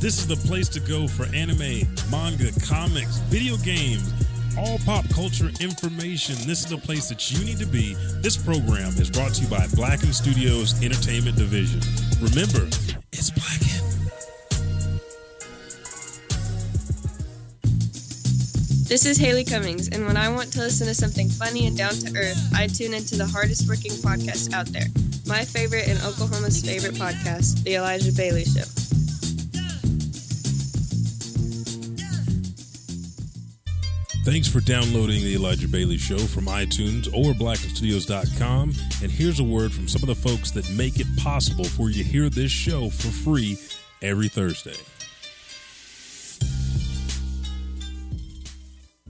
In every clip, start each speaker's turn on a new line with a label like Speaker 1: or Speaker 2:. Speaker 1: This is the place to go for anime, manga, comics, video games, all pop culture information. This is the place that you need to be. This program is brought to you by Blacken Studios Entertainment Division. Remember, it's Blacken.
Speaker 2: This is Haley Cummings, and when I want to listen to something funny and down to earth, I tune into the hardest working podcast out there. My favorite and Oklahoma's favorite podcast, The Elijah Bailey Show.
Speaker 1: Thanks for downloading the Elijah Bailey Show from iTunes or blackstudios.com. And here's a word from some of the folks that make it possible for you to hear this show for free every Thursday.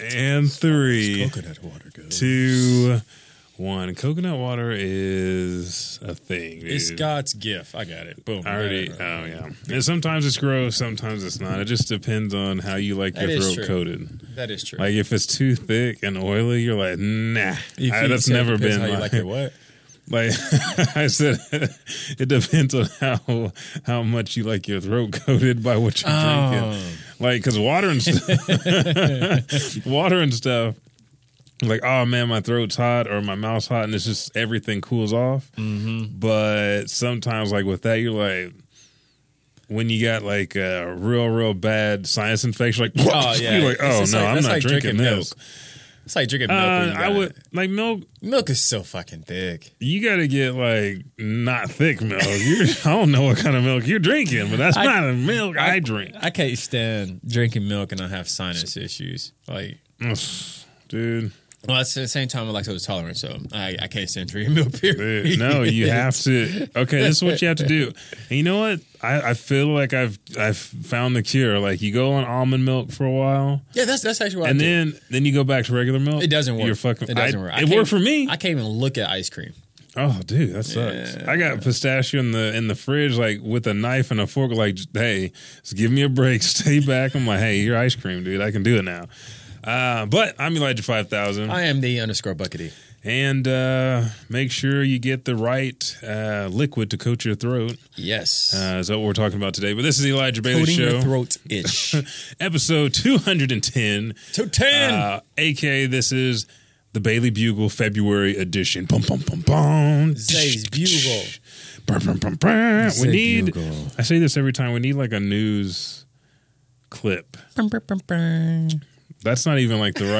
Speaker 1: And three,
Speaker 3: Coconut water goes.
Speaker 1: two, one. Coconut water is a thing.
Speaker 3: It's
Speaker 1: dude.
Speaker 3: God's gift. I got it. Boom.
Speaker 1: I already.
Speaker 3: Right, right,
Speaker 1: Oh
Speaker 3: right.
Speaker 1: yeah. And sometimes it's gross. Sometimes it's not. It just depends on how you like
Speaker 3: That
Speaker 1: your
Speaker 3: is
Speaker 1: throat
Speaker 3: true.
Speaker 1: coated.
Speaker 3: That is true.
Speaker 1: Like if it's too thick and oily, you're like, nah.
Speaker 3: If
Speaker 1: I-
Speaker 3: you
Speaker 1: that's
Speaker 3: said
Speaker 1: never
Speaker 3: depends
Speaker 1: been
Speaker 3: how you
Speaker 1: my,
Speaker 3: like it. What?
Speaker 1: like I said. it depends on how how much you like your throat coated by what you're
Speaker 3: Oh.
Speaker 1: drinking. Like because water and stuff, water and stuff. Like oh man, my throat's hot or my mouth's hot, and it's just everything cools off.
Speaker 3: Mm-hmm.
Speaker 1: But sometimes, like with that, you're like. When you got like a real, real bad sinus infection, like
Speaker 3: Oh, yeah.
Speaker 1: you're like,
Speaker 3: It's
Speaker 1: oh
Speaker 3: just
Speaker 1: no,
Speaker 3: like-
Speaker 1: I'm
Speaker 3: that's
Speaker 1: not
Speaker 3: like
Speaker 1: drinking,
Speaker 3: drinking
Speaker 1: this.
Speaker 3: It's like drinking milk. when
Speaker 1: Uh,
Speaker 3: you
Speaker 1: I
Speaker 3: got
Speaker 1: would
Speaker 3: it.
Speaker 1: like milk.
Speaker 3: Milk is so fucking thick.
Speaker 1: You got to get like not thick milk. You're, I don't know what kind of milk you're drinking, but that's
Speaker 3: I-
Speaker 1: not a milk I, drink,
Speaker 3: I can't stand drinking milk and I have sinus issues. Like,
Speaker 1: dude.
Speaker 3: well, it's at the same time, I'm lactose tolerant, so I, I can't stand drinking milk. Period.
Speaker 1: dude no, you have to. Okay, this is what you have to do. And you know what? I, I feel like I've I've found the cure. Like you go on almond milk for a while,
Speaker 3: Yeah, that's that's actually what
Speaker 1: and
Speaker 3: I do.
Speaker 1: then then you go back to regular milk.
Speaker 3: It doesn't work.
Speaker 1: You're fucking.
Speaker 3: It doesn't
Speaker 1: I-
Speaker 3: work. I
Speaker 1: It
Speaker 3: can't-
Speaker 1: worked for me.
Speaker 3: I can't even look at ice cream.
Speaker 1: Oh, dude, that sucks. I got pistachio in the in the fridge, like with a knife and a fork. Like, j- hey, just give me a break. Stay back. I'm like, hey, your ice cream, dude. I can do it now. Uh, but I'm Elijah Five Thousand,
Speaker 3: I am the underscore buckety.
Speaker 1: and uh, make sure you get the right uh, liquid to coat your throat.
Speaker 3: Yes.
Speaker 1: Uh, is that what we're talking about today? But this is the Elijah Bailey
Speaker 3: Coating
Speaker 1: Show,
Speaker 3: your throat itch.
Speaker 1: episode 210,
Speaker 3: to 10.
Speaker 1: uh, aka this is the Bailey Bugle February edition. Bum bum bum bum.
Speaker 3: Zay's Bugle.
Speaker 1: Brr, brr, brr, brr. We
Speaker 3: Zig
Speaker 1: need.
Speaker 3: Bugle.
Speaker 1: I say this every time. We need like a news clip. That's not even like the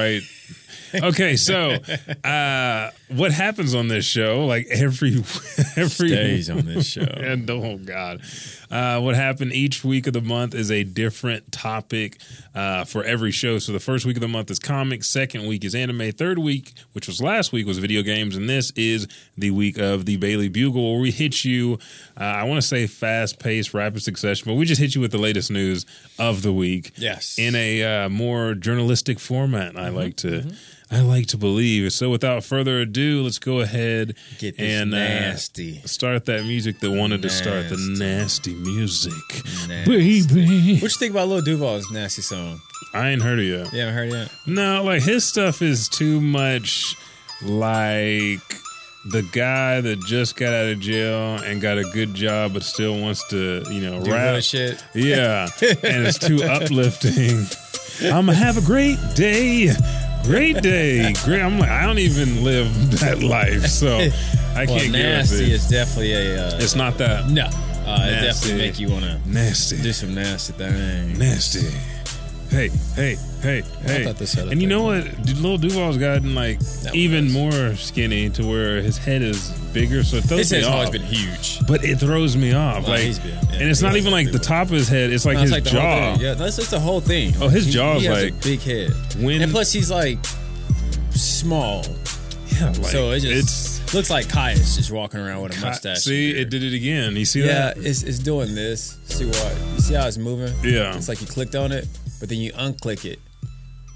Speaker 1: right. Okay, so uh, what happens on this show? Like every every
Speaker 3: Days on this show.
Speaker 1: and oh god, uh, what happened each week of the month is a different topic uh, for every show. So the first week of the month is comics, second week is anime, third week, which was last week, was video games, and this is the week of the Bailey Bugle, where we hit you. Uh, I want to say fast paced, rapid succession, but we just hit you with the latest news of the week.
Speaker 3: Yes. Mm-hmm,
Speaker 1: in a uh, more journalistic format. I like to. I like to believe. So, without further ado, let's go ahead
Speaker 3: Get this
Speaker 1: and uh,
Speaker 3: nasty.
Speaker 1: start that music that wanted to start the nasty
Speaker 3: Nasty.
Speaker 1: music.
Speaker 3: Nasty.
Speaker 1: Baby.
Speaker 3: What you think about Lil Duval's nasty song?
Speaker 1: I ain't heard of you.
Speaker 3: You haven't heard it yet?
Speaker 1: No, like his stuff is too much like the guy that just got out of jail and got a good job but still wants to, you know,
Speaker 3: Do
Speaker 1: rap.
Speaker 3: real shit.
Speaker 1: Yeah. and it's too uplifting. I'm gonna have a great day. Great day. Great I'm like I don't even live that life, so I
Speaker 3: Well,
Speaker 1: can't get
Speaker 3: nasty
Speaker 1: with it.
Speaker 3: is definitely a uh,
Speaker 1: It's not that
Speaker 3: no. Uh, it
Speaker 1: Nasty.
Speaker 3: definitely make you want to
Speaker 1: nasty.
Speaker 3: do some nasty thing.
Speaker 1: nasty. Hey, hey, hey, hey.
Speaker 3: thought this other
Speaker 1: and you
Speaker 3: thing
Speaker 1: know what? Lil Duval's gotten like
Speaker 3: That one
Speaker 1: even
Speaker 3: is.
Speaker 1: more skinny to where his head is bigger, so it throws
Speaker 3: His
Speaker 1: me
Speaker 3: head's
Speaker 1: off.
Speaker 3: always been huge.
Speaker 1: but it throws me off.
Speaker 3: No,
Speaker 1: like,
Speaker 3: he's been- yeah,
Speaker 1: and it's
Speaker 3: he
Speaker 1: not
Speaker 3: has
Speaker 1: even
Speaker 3: been
Speaker 1: like
Speaker 3: big
Speaker 1: the
Speaker 3: one.
Speaker 1: top of his head; it's like
Speaker 3: That's
Speaker 1: his
Speaker 3: like the
Speaker 1: jaw.
Speaker 3: Whole thing. Yeah, that's just the whole thing.
Speaker 1: Oh, his jaw's
Speaker 3: he has a
Speaker 1: like-
Speaker 3: big head.
Speaker 1: When-
Speaker 3: and plus he's like small.
Speaker 1: Yeah, like,
Speaker 3: So it just-
Speaker 1: it's
Speaker 3: Looks like Caius just walking around with a mustache.
Speaker 1: See,
Speaker 3: and beard.
Speaker 1: it did it again. You see
Speaker 3: Yeah,
Speaker 1: that?
Speaker 3: it's, it's doing this. See what? You see how it's moving?
Speaker 1: Yeah.
Speaker 3: It's like you clicked on it, but then you unclick it.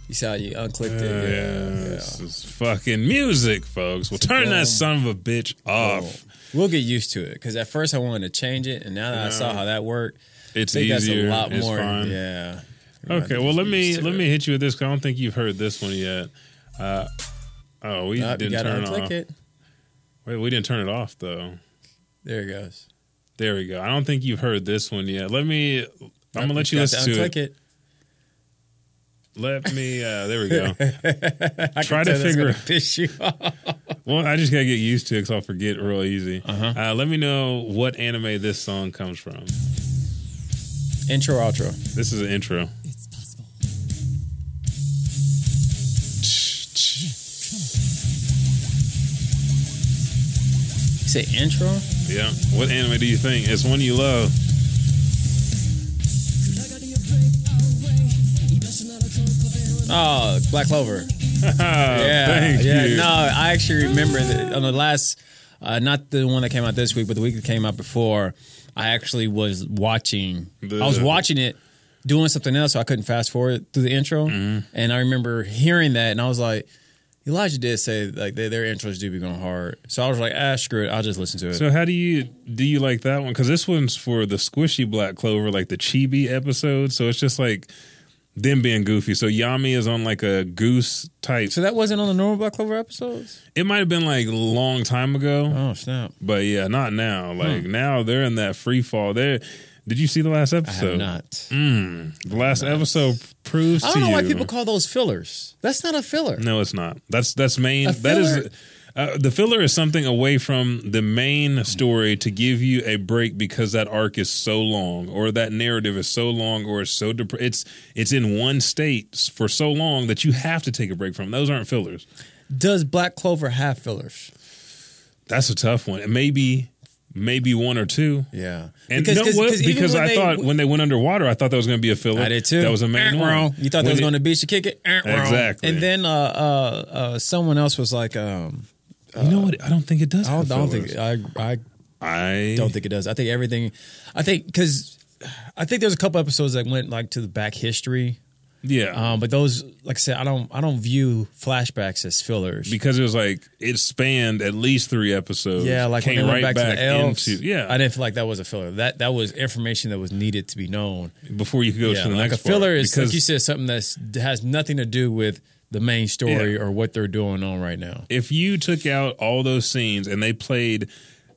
Speaker 3: You see how you unclicked
Speaker 1: Uh,
Speaker 3: it?
Speaker 1: yeah, This is fucking music, folks. Well,
Speaker 3: It's a
Speaker 1: turn
Speaker 3: dumb-
Speaker 1: that son of a bitch
Speaker 3: Oh,
Speaker 1: off.
Speaker 3: We'll get used to it because at first I wanted to change it, and now that I saw how that worked,
Speaker 1: It's
Speaker 3: I think
Speaker 1: easier.
Speaker 3: that's a lot
Speaker 1: it's
Speaker 3: more.
Speaker 1: fine.
Speaker 3: Yeah.
Speaker 1: Okay, well let me let me hit you with this. 'cause I don't think you've heard this one yet. Uh, oh, we
Speaker 3: Nope, you
Speaker 1: didn't
Speaker 3: gotta
Speaker 1: turn it
Speaker 3: unclick
Speaker 1: off.
Speaker 3: it.
Speaker 1: Wait, we didn't turn it off though.
Speaker 3: There it goes.
Speaker 1: There we go. I don't think you've heard this one yet. Let me. I'm gonna let you
Speaker 3: got to
Speaker 1: listen to
Speaker 3: unclick
Speaker 1: it.
Speaker 3: it.
Speaker 1: Let me. Uh, there we go.
Speaker 3: I
Speaker 1: Try
Speaker 3: can
Speaker 1: to
Speaker 3: tell that's
Speaker 1: figure-
Speaker 3: gonna piss you off.
Speaker 1: well, I just gotta get used to it because I'll forget real easy.
Speaker 3: Uh-huh.
Speaker 1: uh let me know what anime this song comes from.
Speaker 3: Intro, outro.
Speaker 1: This is an intro.
Speaker 4: It's possible.
Speaker 3: You say intro?
Speaker 1: Yeah. What anime do you think? It's one you love.
Speaker 3: Oh, Black Clover.
Speaker 1: yeah.
Speaker 3: Yeah,
Speaker 1: Thank
Speaker 3: yeah.
Speaker 1: you.
Speaker 3: No, I actually remember that on the last, uh, not the one that came out this week, but the week that came out before. I actually was watching. I was
Speaker 1: The-
Speaker 3: watching it, doing something else, so I couldn't fast forward through the intro.
Speaker 1: Mm-hmm.
Speaker 3: And I remember hearing that, and I was like, Elijah did say like their their intros do be going hard. So I was like, ah, screw it, I'll just listen to it.
Speaker 1: So how do you do you like that one? Because this one's for the squishy black clover, like the chibi episode. So it's just like them being goofy. So Yami is on like a goose type.
Speaker 3: so that wasn't on the normal Black Clover episodes.
Speaker 1: It might have been like a long time ago,
Speaker 3: Oh snap!
Speaker 1: but yeah, not now. Like now they're in that free fall. There. Did you see the last
Speaker 3: I have
Speaker 1: episode?
Speaker 3: not.
Speaker 1: The last episode proves
Speaker 3: I don't
Speaker 1: mm, to
Speaker 3: know why
Speaker 1: you-
Speaker 3: people call those fillers. That's not a filler.
Speaker 1: No, it's not. That's that's main.
Speaker 3: A
Speaker 1: That is
Speaker 3: filler-
Speaker 1: uh, the filler is something away from the main story to give you a break because that arc is so long, or that narrative is so long, or it's so dep- it's it's in one state s- for so long that you have to take a break from. it. Those aren't fillers.
Speaker 3: Does Black Clover have fillers?
Speaker 1: That's a tough one. And maybe maybe one or two.
Speaker 3: Yeah,
Speaker 1: And because, know what?
Speaker 3: even
Speaker 1: because
Speaker 3: when
Speaker 1: I
Speaker 3: they-
Speaker 1: thought when they went underwater, I thought that was going to be a filler.
Speaker 3: I did too.
Speaker 1: That was a main
Speaker 3: Eh,
Speaker 1: one.
Speaker 3: wrong. You thought
Speaker 1: When
Speaker 3: that was
Speaker 1: it-
Speaker 3: going to be she kick it. Eh, wrong.
Speaker 1: Exactly.
Speaker 3: And then uh, uh, uh, someone else was like, um,
Speaker 1: You know what? I don't think it does.
Speaker 3: I, don't, I
Speaker 1: have
Speaker 3: don't think
Speaker 1: fillers.
Speaker 3: I, I
Speaker 1: I
Speaker 3: don't think it does. I think everything. I think because I think there's a couple episodes that went like to the back history,
Speaker 1: Yeah.
Speaker 3: um, but those, like I said, I don't I don't view flashbacks as fillers.
Speaker 1: because it was like it spanned at least three episodes.
Speaker 3: yeah, like when they went back, to the elves.
Speaker 1: into yeah.
Speaker 3: I didn't feel like that was a filler. That that was information that was needed to be known.
Speaker 1: before you could go
Speaker 3: Yeah,
Speaker 1: to the
Speaker 3: like
Speaker 1: next
Speaker 3: a filler
Speaker 1: part,
Speaker 3: is like you said something that's that has nothing to do with the main story
Speaker 1: Yeah.
Speaker 3: or what they're doing on right now.
Speaker 1: if you took out all those scenes and they played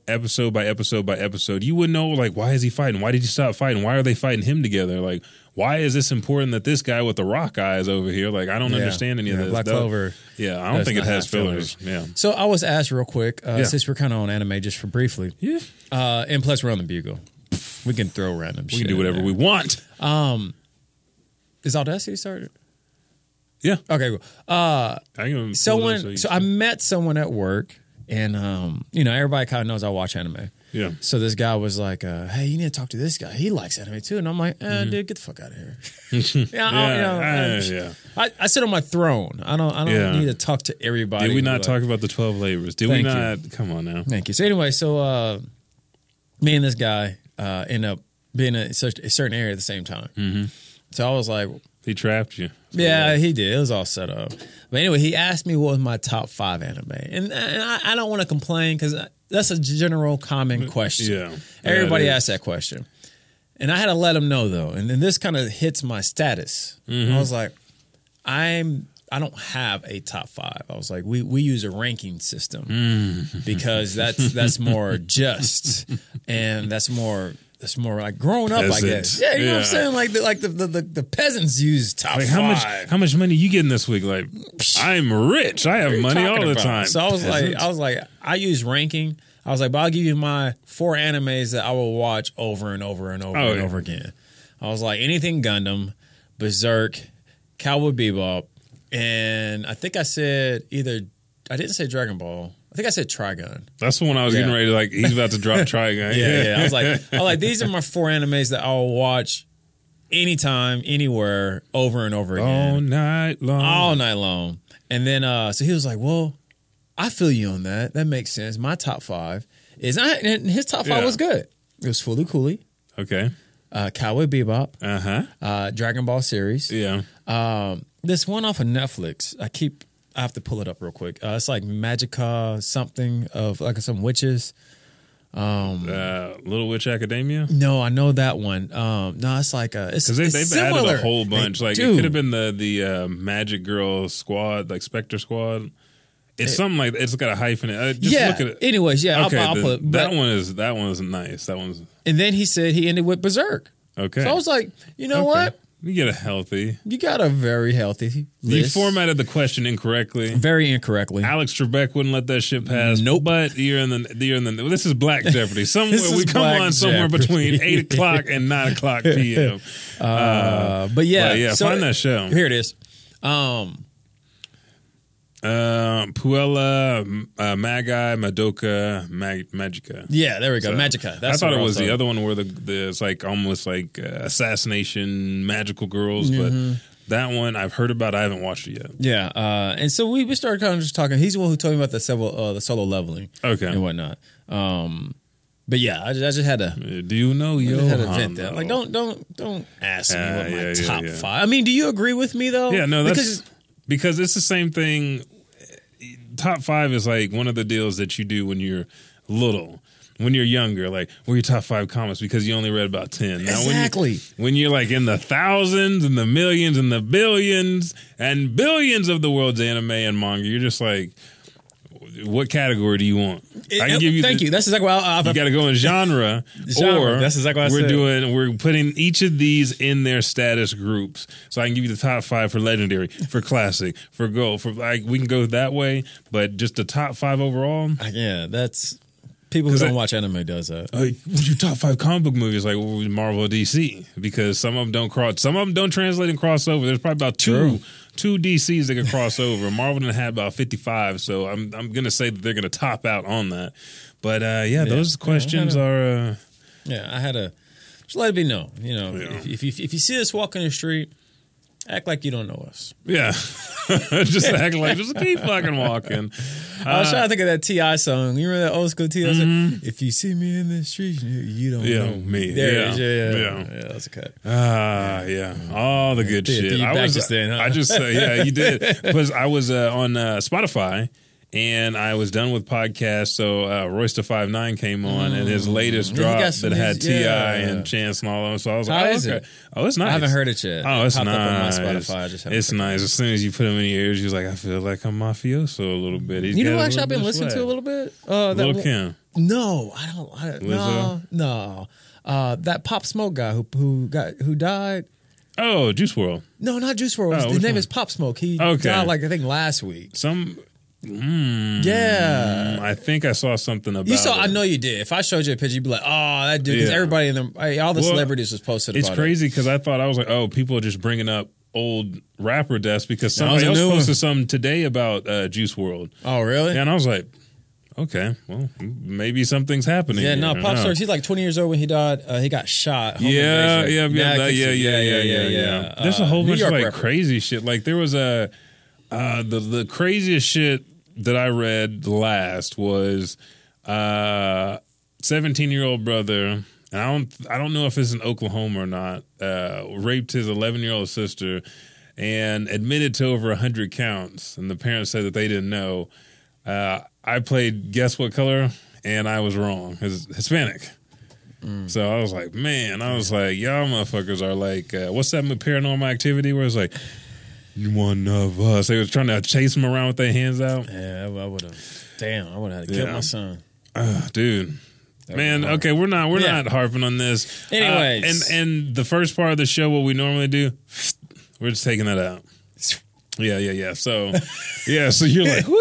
Speaker 1: episode by episode by episode, you would know like why is he fighting? Why did he stop fighting? Why are they fighting him together? Like why is this important that this guy with the rock eye is over here? Like I don't
Speaker 3: Yeah.
Speaker 1: understand any of
Speaker 3: Yeah,
Speaker 1: this.
Speaker 3: Black
Speaker 1: Though-
Speaker 3: Clover
Speaker 1: Yeah, I don't
Speaker 3: does
Speaker 1: think it
Speaker 3: not
Speaker 1: has
Speaker 3: have
Speaker 1: fillers.
Speaker 3: fillers.
Speaker 1: Yeah.
Speaker 3: So I was asked real quick, uh,
Speaker 1: Yeah.
Speaker 3: since we're kind of on anime just for briefly,
Speaker 1: Yeah.
Speaker 3: uh, and plus we're on the bugle, we can throw random.
Speaker 1: We can do whatever we want.
Speaker 3: Is Audacity started?
Speaker 1: Yeah.
Speaker 3: Okay, cool.
Speaker 1: I can
Speaker 3: someone so i met someone at work and um you know everybody kind of knows i watch anime
Speaker 1: Yeah.
Speaker 3: so this guy was like uh hey you need to talk to this guy he likes anime too and i'm like eh, dude get the fuck out of here yeah, I, don't- you
Speaker 1: Yeah,
Speaker 3: know, I-
Speaker 1: Mm-hmm. yeah.
Speaker 3: I, I sit on my throne i don't i don't
Speaker 1: Yeah.
Speaker 3: need to talk to everybody
Speaker 1: Did we
Speaker 3: who,
Speaker 1: not
Speaker 3: like-
Speaker 1: talk about the twelve labors? Did we
Speaker 3: Thank you.
Speaker 1: not? Come on now.
Speaker 3: thank you so anyway so uh me and this guy uh end up being in such a certain area at the same time mm-hmm. so i was like
Speaker 1: He trapped you.
Speaker 3: Yeah, he did. It was all set up. But anyway, he asked me what was my top five anime, and, and I, I don't want to complain because that's a general common question.
Speaker 1: Yeah,
Speaker 3: everybody
Speaker 1: that is.
Speaker 3: asks that question, and I had to let him know though. And then this kind of hits my status.
Speaker 1: Mm-hmm.
Speaker 3: I was like, I'm I don't have a top five. I was like, we we use a ranking system
Speaker 1: Mm.
Speaker 3: because that's that's more just and that's more. That's more like grown up, I
Speaker 1: Peasant.
Speaker 3: guess. Yeah, you know what
Speaker 1: Yeah.
Speaker 3: I'm saying. Like, the, like the, the the the peasants use top
Speaker 1: Like how much
Speaker 3: five.
Speaker 1: how much money you getting this week? Like I'm rich. I have money all the time.
Speaker 3: So I was like, I was like, I use ranking. I was like, but I'll give you my four animes that I will watch over and over and over
Speaker 1: Oh,
Speaker 3: and
Speaker 1: yeah.
Speaker 3: over again. I was like, anything Gundam, Berserk, Cowboy Bebop, and I think I said either I didn't say Dragon Ball. I think I said Trigun.
Speaker 1: That's the one I was getting
Speaker 3: Yeah.
Speaker 1: ready to like he's about to drop try again.
Speaker 3: Yeah, yeah. I was like, I was like, these are my four animes that I'll watch anytime, anywhere,
Speaker 1: Oh,
Speaker 3: over and over again
Speaker 1: all night long.
Speaker 3: all night long. And then uh so he was like, "Well, I feel you on that. That makes sense. My top five is I, and his top five
Speaker 1: Yeah.
Speaker 3: was good. It was Fully Cooley,
Speaker 1: Okay.
Speaker 3: uh, Cowboy Bebop,
Speaker 1: Uh huh.
Speaker 3: uh, Dragon Ball series.
Speaker 1: Yeah.
Speaker 3: Um, this one off of Netflix. I keep. I have to pull it up real quick. Uh, it's like Magica something of like some witches.
Speaker 1: Uh, Little Witch Academia.
Speaker 3: No, I know that one. Um, no, it's like a. It's,
Speaker 1: Because they,
Speaker 3: it's
Speaker 1: they've
Speaker 3: similar.
Speaker 1: added a whole bunch.
Speaker 3: They
Speaker 1: like
Speaker 3: do.
Speaker 1: it could have been the the uh, Magic Girl Squad, like Spectre Squad. It's something like it's got a hyphen. in it. Uh, just
Speaker 3: yeah.
Speaker 1: look at it.
Speaker 3: Anyways, yeah.
Speaker 1: okay,
Speaker 3: I'll, I'll
Speaker 1: the-
Speaker 3: put
Speaker 1: that
Speaker 3: but-
Speaker 1: one is that one is nice. That one's
Speaker 3: And then he said he ended with Berserk.
Speaker 1: okay.
Speaker 3: So I was like, you know
Speaker 1: Okay.
Speaker 3: what?
Speaker 1: You get a healthy.
Speaker 3: You got a very healthy
Speaker 1: You
Speaker 3: list.
Speaker 1: formatted the question incorrectly.
Speaker 3: very incorrectly.
Speaker 1: Alex Trebek wouldn't let that shit pass.
Speaker 3: Nope.
Speaker 1: But you're in the you're in the. This is Black Jeopardy. Somewhere
Speaker 3: This
Speaker 1: we
Speaker 3: is
Speaker 1: come
Speaker 3: Black
Speaker 1: on somewhere
Speaker 3: Jeopardy.
Speaker 1: between eight o'clock and nine o'clock p.m.
Speaker 3: Uh, but yeah,
Speaker 1: but yeah, find that show.
Speaker 3: Here it is. Um,
Speaker 1: Um, Puella, M- uh, Magi, Madoka, Mag- Magica.
Speaker 3: yeah, there we go.
Speaker 1: So,
Speaker 3: Magica.
Speaker 1: I
Speaker 3: That's
Speaker 1: thought
Speaker 3: what
Speaker 1: it was the
Speaker 3: talking-
Speaker 1: other one where the, the it's like almost like uh, assassination magical girls,
Speaker 3: Mm-hmm.
Speaker 1: but that one I've heard about. I haven't watched it yet.
Speaker 3: Yeah, uh, and so we, we started kind of just talking. He's the one who told me about the several uh, the solo leveling,
Speaker 1: Okay.
Speaker 3: and whatnot. Um, but yeah, I just, I just had to.
Speaker 1: Uh, Do you know
Speaker 3: I
Speaker 1: yo?
Speaker 3: just had to vent that. Like, don't don't don't ask me
Speaker 1: Ah,
Speaker 3: what my
Speaker 1: yeah, yeah,
Speaker 3: top
Speaker 1: yeah.
Speaker 3: five. I mean, do you agree with me though?
Speaker 1: Yeah, no, that's
Speaker 3: because
Speaker 1: because, it's the same thing. Top five is like one of the deals that you do when you're little. When you're younger, like what are your top five comics because you only read about ten. Now, When,
Speaker 3: Exactly.
Speaker 1: you, when you're like in the thousands and the millions and the billions and billions of the world's anime and manga, you're just like, what category do you want?
Speaker 3: I give you thank
Speaker 1: the-
Speaker 3: you. That's exactly why I, I,
Speaker 1: you got to go in genre,
Speaker 3: Genre.
Speaker 1: or
Speaker 3: That's exactly what I
Speaker 1: we're
Speaker 3: said.
Speaker 1: doing. We're putting each of these in their status groups. So I can give you the top five for legendary, for classic, for gold. For like we can go that way, but just the top five overall.
Speaker 3: Yeah, that's people who
Speaker 1: 'Cause
Speaker 3: don't
Speaker 1: I-
Speaker 3: watch anime does that.
Speaker 1: Like, what's your top five comic book movies like well, Marvel or DC because some of them don't cross, some of them don't translate and cross over. There's probably about two
Speaker 3: True.
Speaker 1: two DCs that can cross over. Marvel didn't have about 55, so I'm I'm gonna say that they're gonna top out on that. But uh, yeah, those questions are. Uh,
Speaker 3: Yeah, I had a just let it be known. You know,
Speaker 1: Yeah.
Speaker 3: if, if you if you see us walking the street, act like you don't know us.
Speaker 1: Yeah. just act like, just keep fucking walking.
Speaker 3: I was trying to think of that Ti song. You remember that old school Ti song? If you see me in the street, you, you don't
Speaker 1: Mm-hmm. Yeah,
Speaker 3: know
Speaker 1: me.
Speaker 3: There
Speaker 1: Yeah.
Speaker 3: it is. Yeah, yeah,
Speaker 1: Yeah.
Speaker 3: yeah. that's a cut.
Speaker 1: Ah, yeah. All the good
Speaker 3: Did-
Speaker 1: shit.
Speaker 3: did you
Speaker 1: I
Speaker 3: back
Speaker 1: was,
Speaker 3: just then, huh?
Speaker 1: I just, uh, yeah, you did. Because I was uh, on uh, Spotify and I was done with podcasts. So uh, Royster Five Nine came on and his latest
Speaker 3: Mm. Yeah, he got
Speaker 1: drop
Speaker 3: some
Speaker 1: that had
Speaker 3: his-
Speaker 1: T.I.
Speaker 3: yeah.
Speaker 1: and Chance and all of them. So I was
Speaker 3: How
Speaker 1: like, oh,
Speaker 3: is
Speaker 1: okay.
Speaker 3: it?
Speaker 1: oh, it's nice.
Speaker 3: I haven't heard it yet.
Speaker 1: Oh, it's
Speaker 3: it popped
Speaker 1: nice.
Speaker 3: up on my Spotify. I just haven't
Speaker 1: it's
Speaker 3: checked it.
Speaker 1: nice. As soon as you put him in your ears, you're like, I feel like I'm mafioso a little bit. He's
Speaker 3: You
Speaker 1: got
Speaker 3: know
Speaker 1: a
Speaker 3: what? Actually,
Speaker 1: little
Speaker 3: I've been
Speaker 1: bit of
Speaker 3: listening to a
Speaker 1: swag.
Speaker 3: little bit. Uh, that
Speaker 1: Lil
Speaker 3: one-
Speaker 1: Kim.
Speaker 3: No, I don't. I, don't- no,
Speaker 1: Lizzo?
Speaker 3: no. Uh, that Pop Smoke guy who who got who died.
Speaker 1: Oh, Juice World.
Speaker 3: No, not Juice
Speaker 1: Oh,
Speaker 3: World. His
Speaker 1: which
Speaker 3: name
Speaker 1: one?
Speaker 3: is Pop Smoke. He
Speaker 1: Okay.
Speaker 3: died like I think last week.
Speaker 1: Some
Speaker 3: Yeah.
Speaker 1: Mm, I think I saw something about.
Speaker 3: You saw,
Speaker 1: it.
Speaker 3: I know you did. If I showed you a picture, you'd be like, "Oh, that dude!" Because
Speaker 1: Yeah.
Speaker 3: everybody in the hey, all the
Speaker 1: Well,
Speaker 3: celebrities was posted.
Speaker 1: It's
Speaker 3: about
Speaker 1: crazy because I thought I was like, oh, people are just bringing up old rapper deaths because
Speaker 3: No, it was
Speaker 1: somebody
Speaker 3: a
Speaker 1: else
Speaker 3: new one.
Speaker 1: posted something today about uh, Juice World,
Speaker 3: It. Oh, really? Yeah,
Speaker 1: and I was like, okay, well, maybe something's happening. here.
Speaker 3: no, pop stars. He's like 20 years old when he died. Uh, he got shot. Home
Speaker 1: Yeah,
Speaker 3: invasion.
Speaker 1: yeah, yeah,
Speaker 3: I
Speaker 1: that-
Speaker 3: can
Speaker 1: yeah,
Speaker 3: see-
Speaker 1: yeah, yeah, yeah, yeah. There's a whole
Speaker 3: Uh, New
Speaker 1: bunch of
Speaker 3: York
Speaker 1: like
Speaker 3: rapper.
Speaker 1: crazy shit. Like there was a uh, the the craziest shit that I read last was uh 17 year old brother. And I don't I don't know if it's in Oklahoma or not. Uh, raped his 11 year old sister and admitted to over 100 counts. And the parents said that they didn't know. Uh, I played guess what color, and I was wrong. His Hispanic. So I was like, man, I was like, y'all motherfuckers are like, uh, what's that movie, paranormal activity where it's like, you one of us. They was trying to chase him around with their hands out.
Speaker 3: Yeah, I would have. Damn, I would have killed
Speaker 1: Yeah.
Speaker 3: my son.
Speaker 1: Ugh, Uh, dude. Man, okay, we're not we're
Speaker 3: Yeah.
Speaker 1: not harping on this. Uh,
Speaker 3: Anyways.
Speaker 1: and and the first part of the show, what we normally do, we're just taking that out. Yeah, yeah, yeah. So, yeah, so you're like, woo.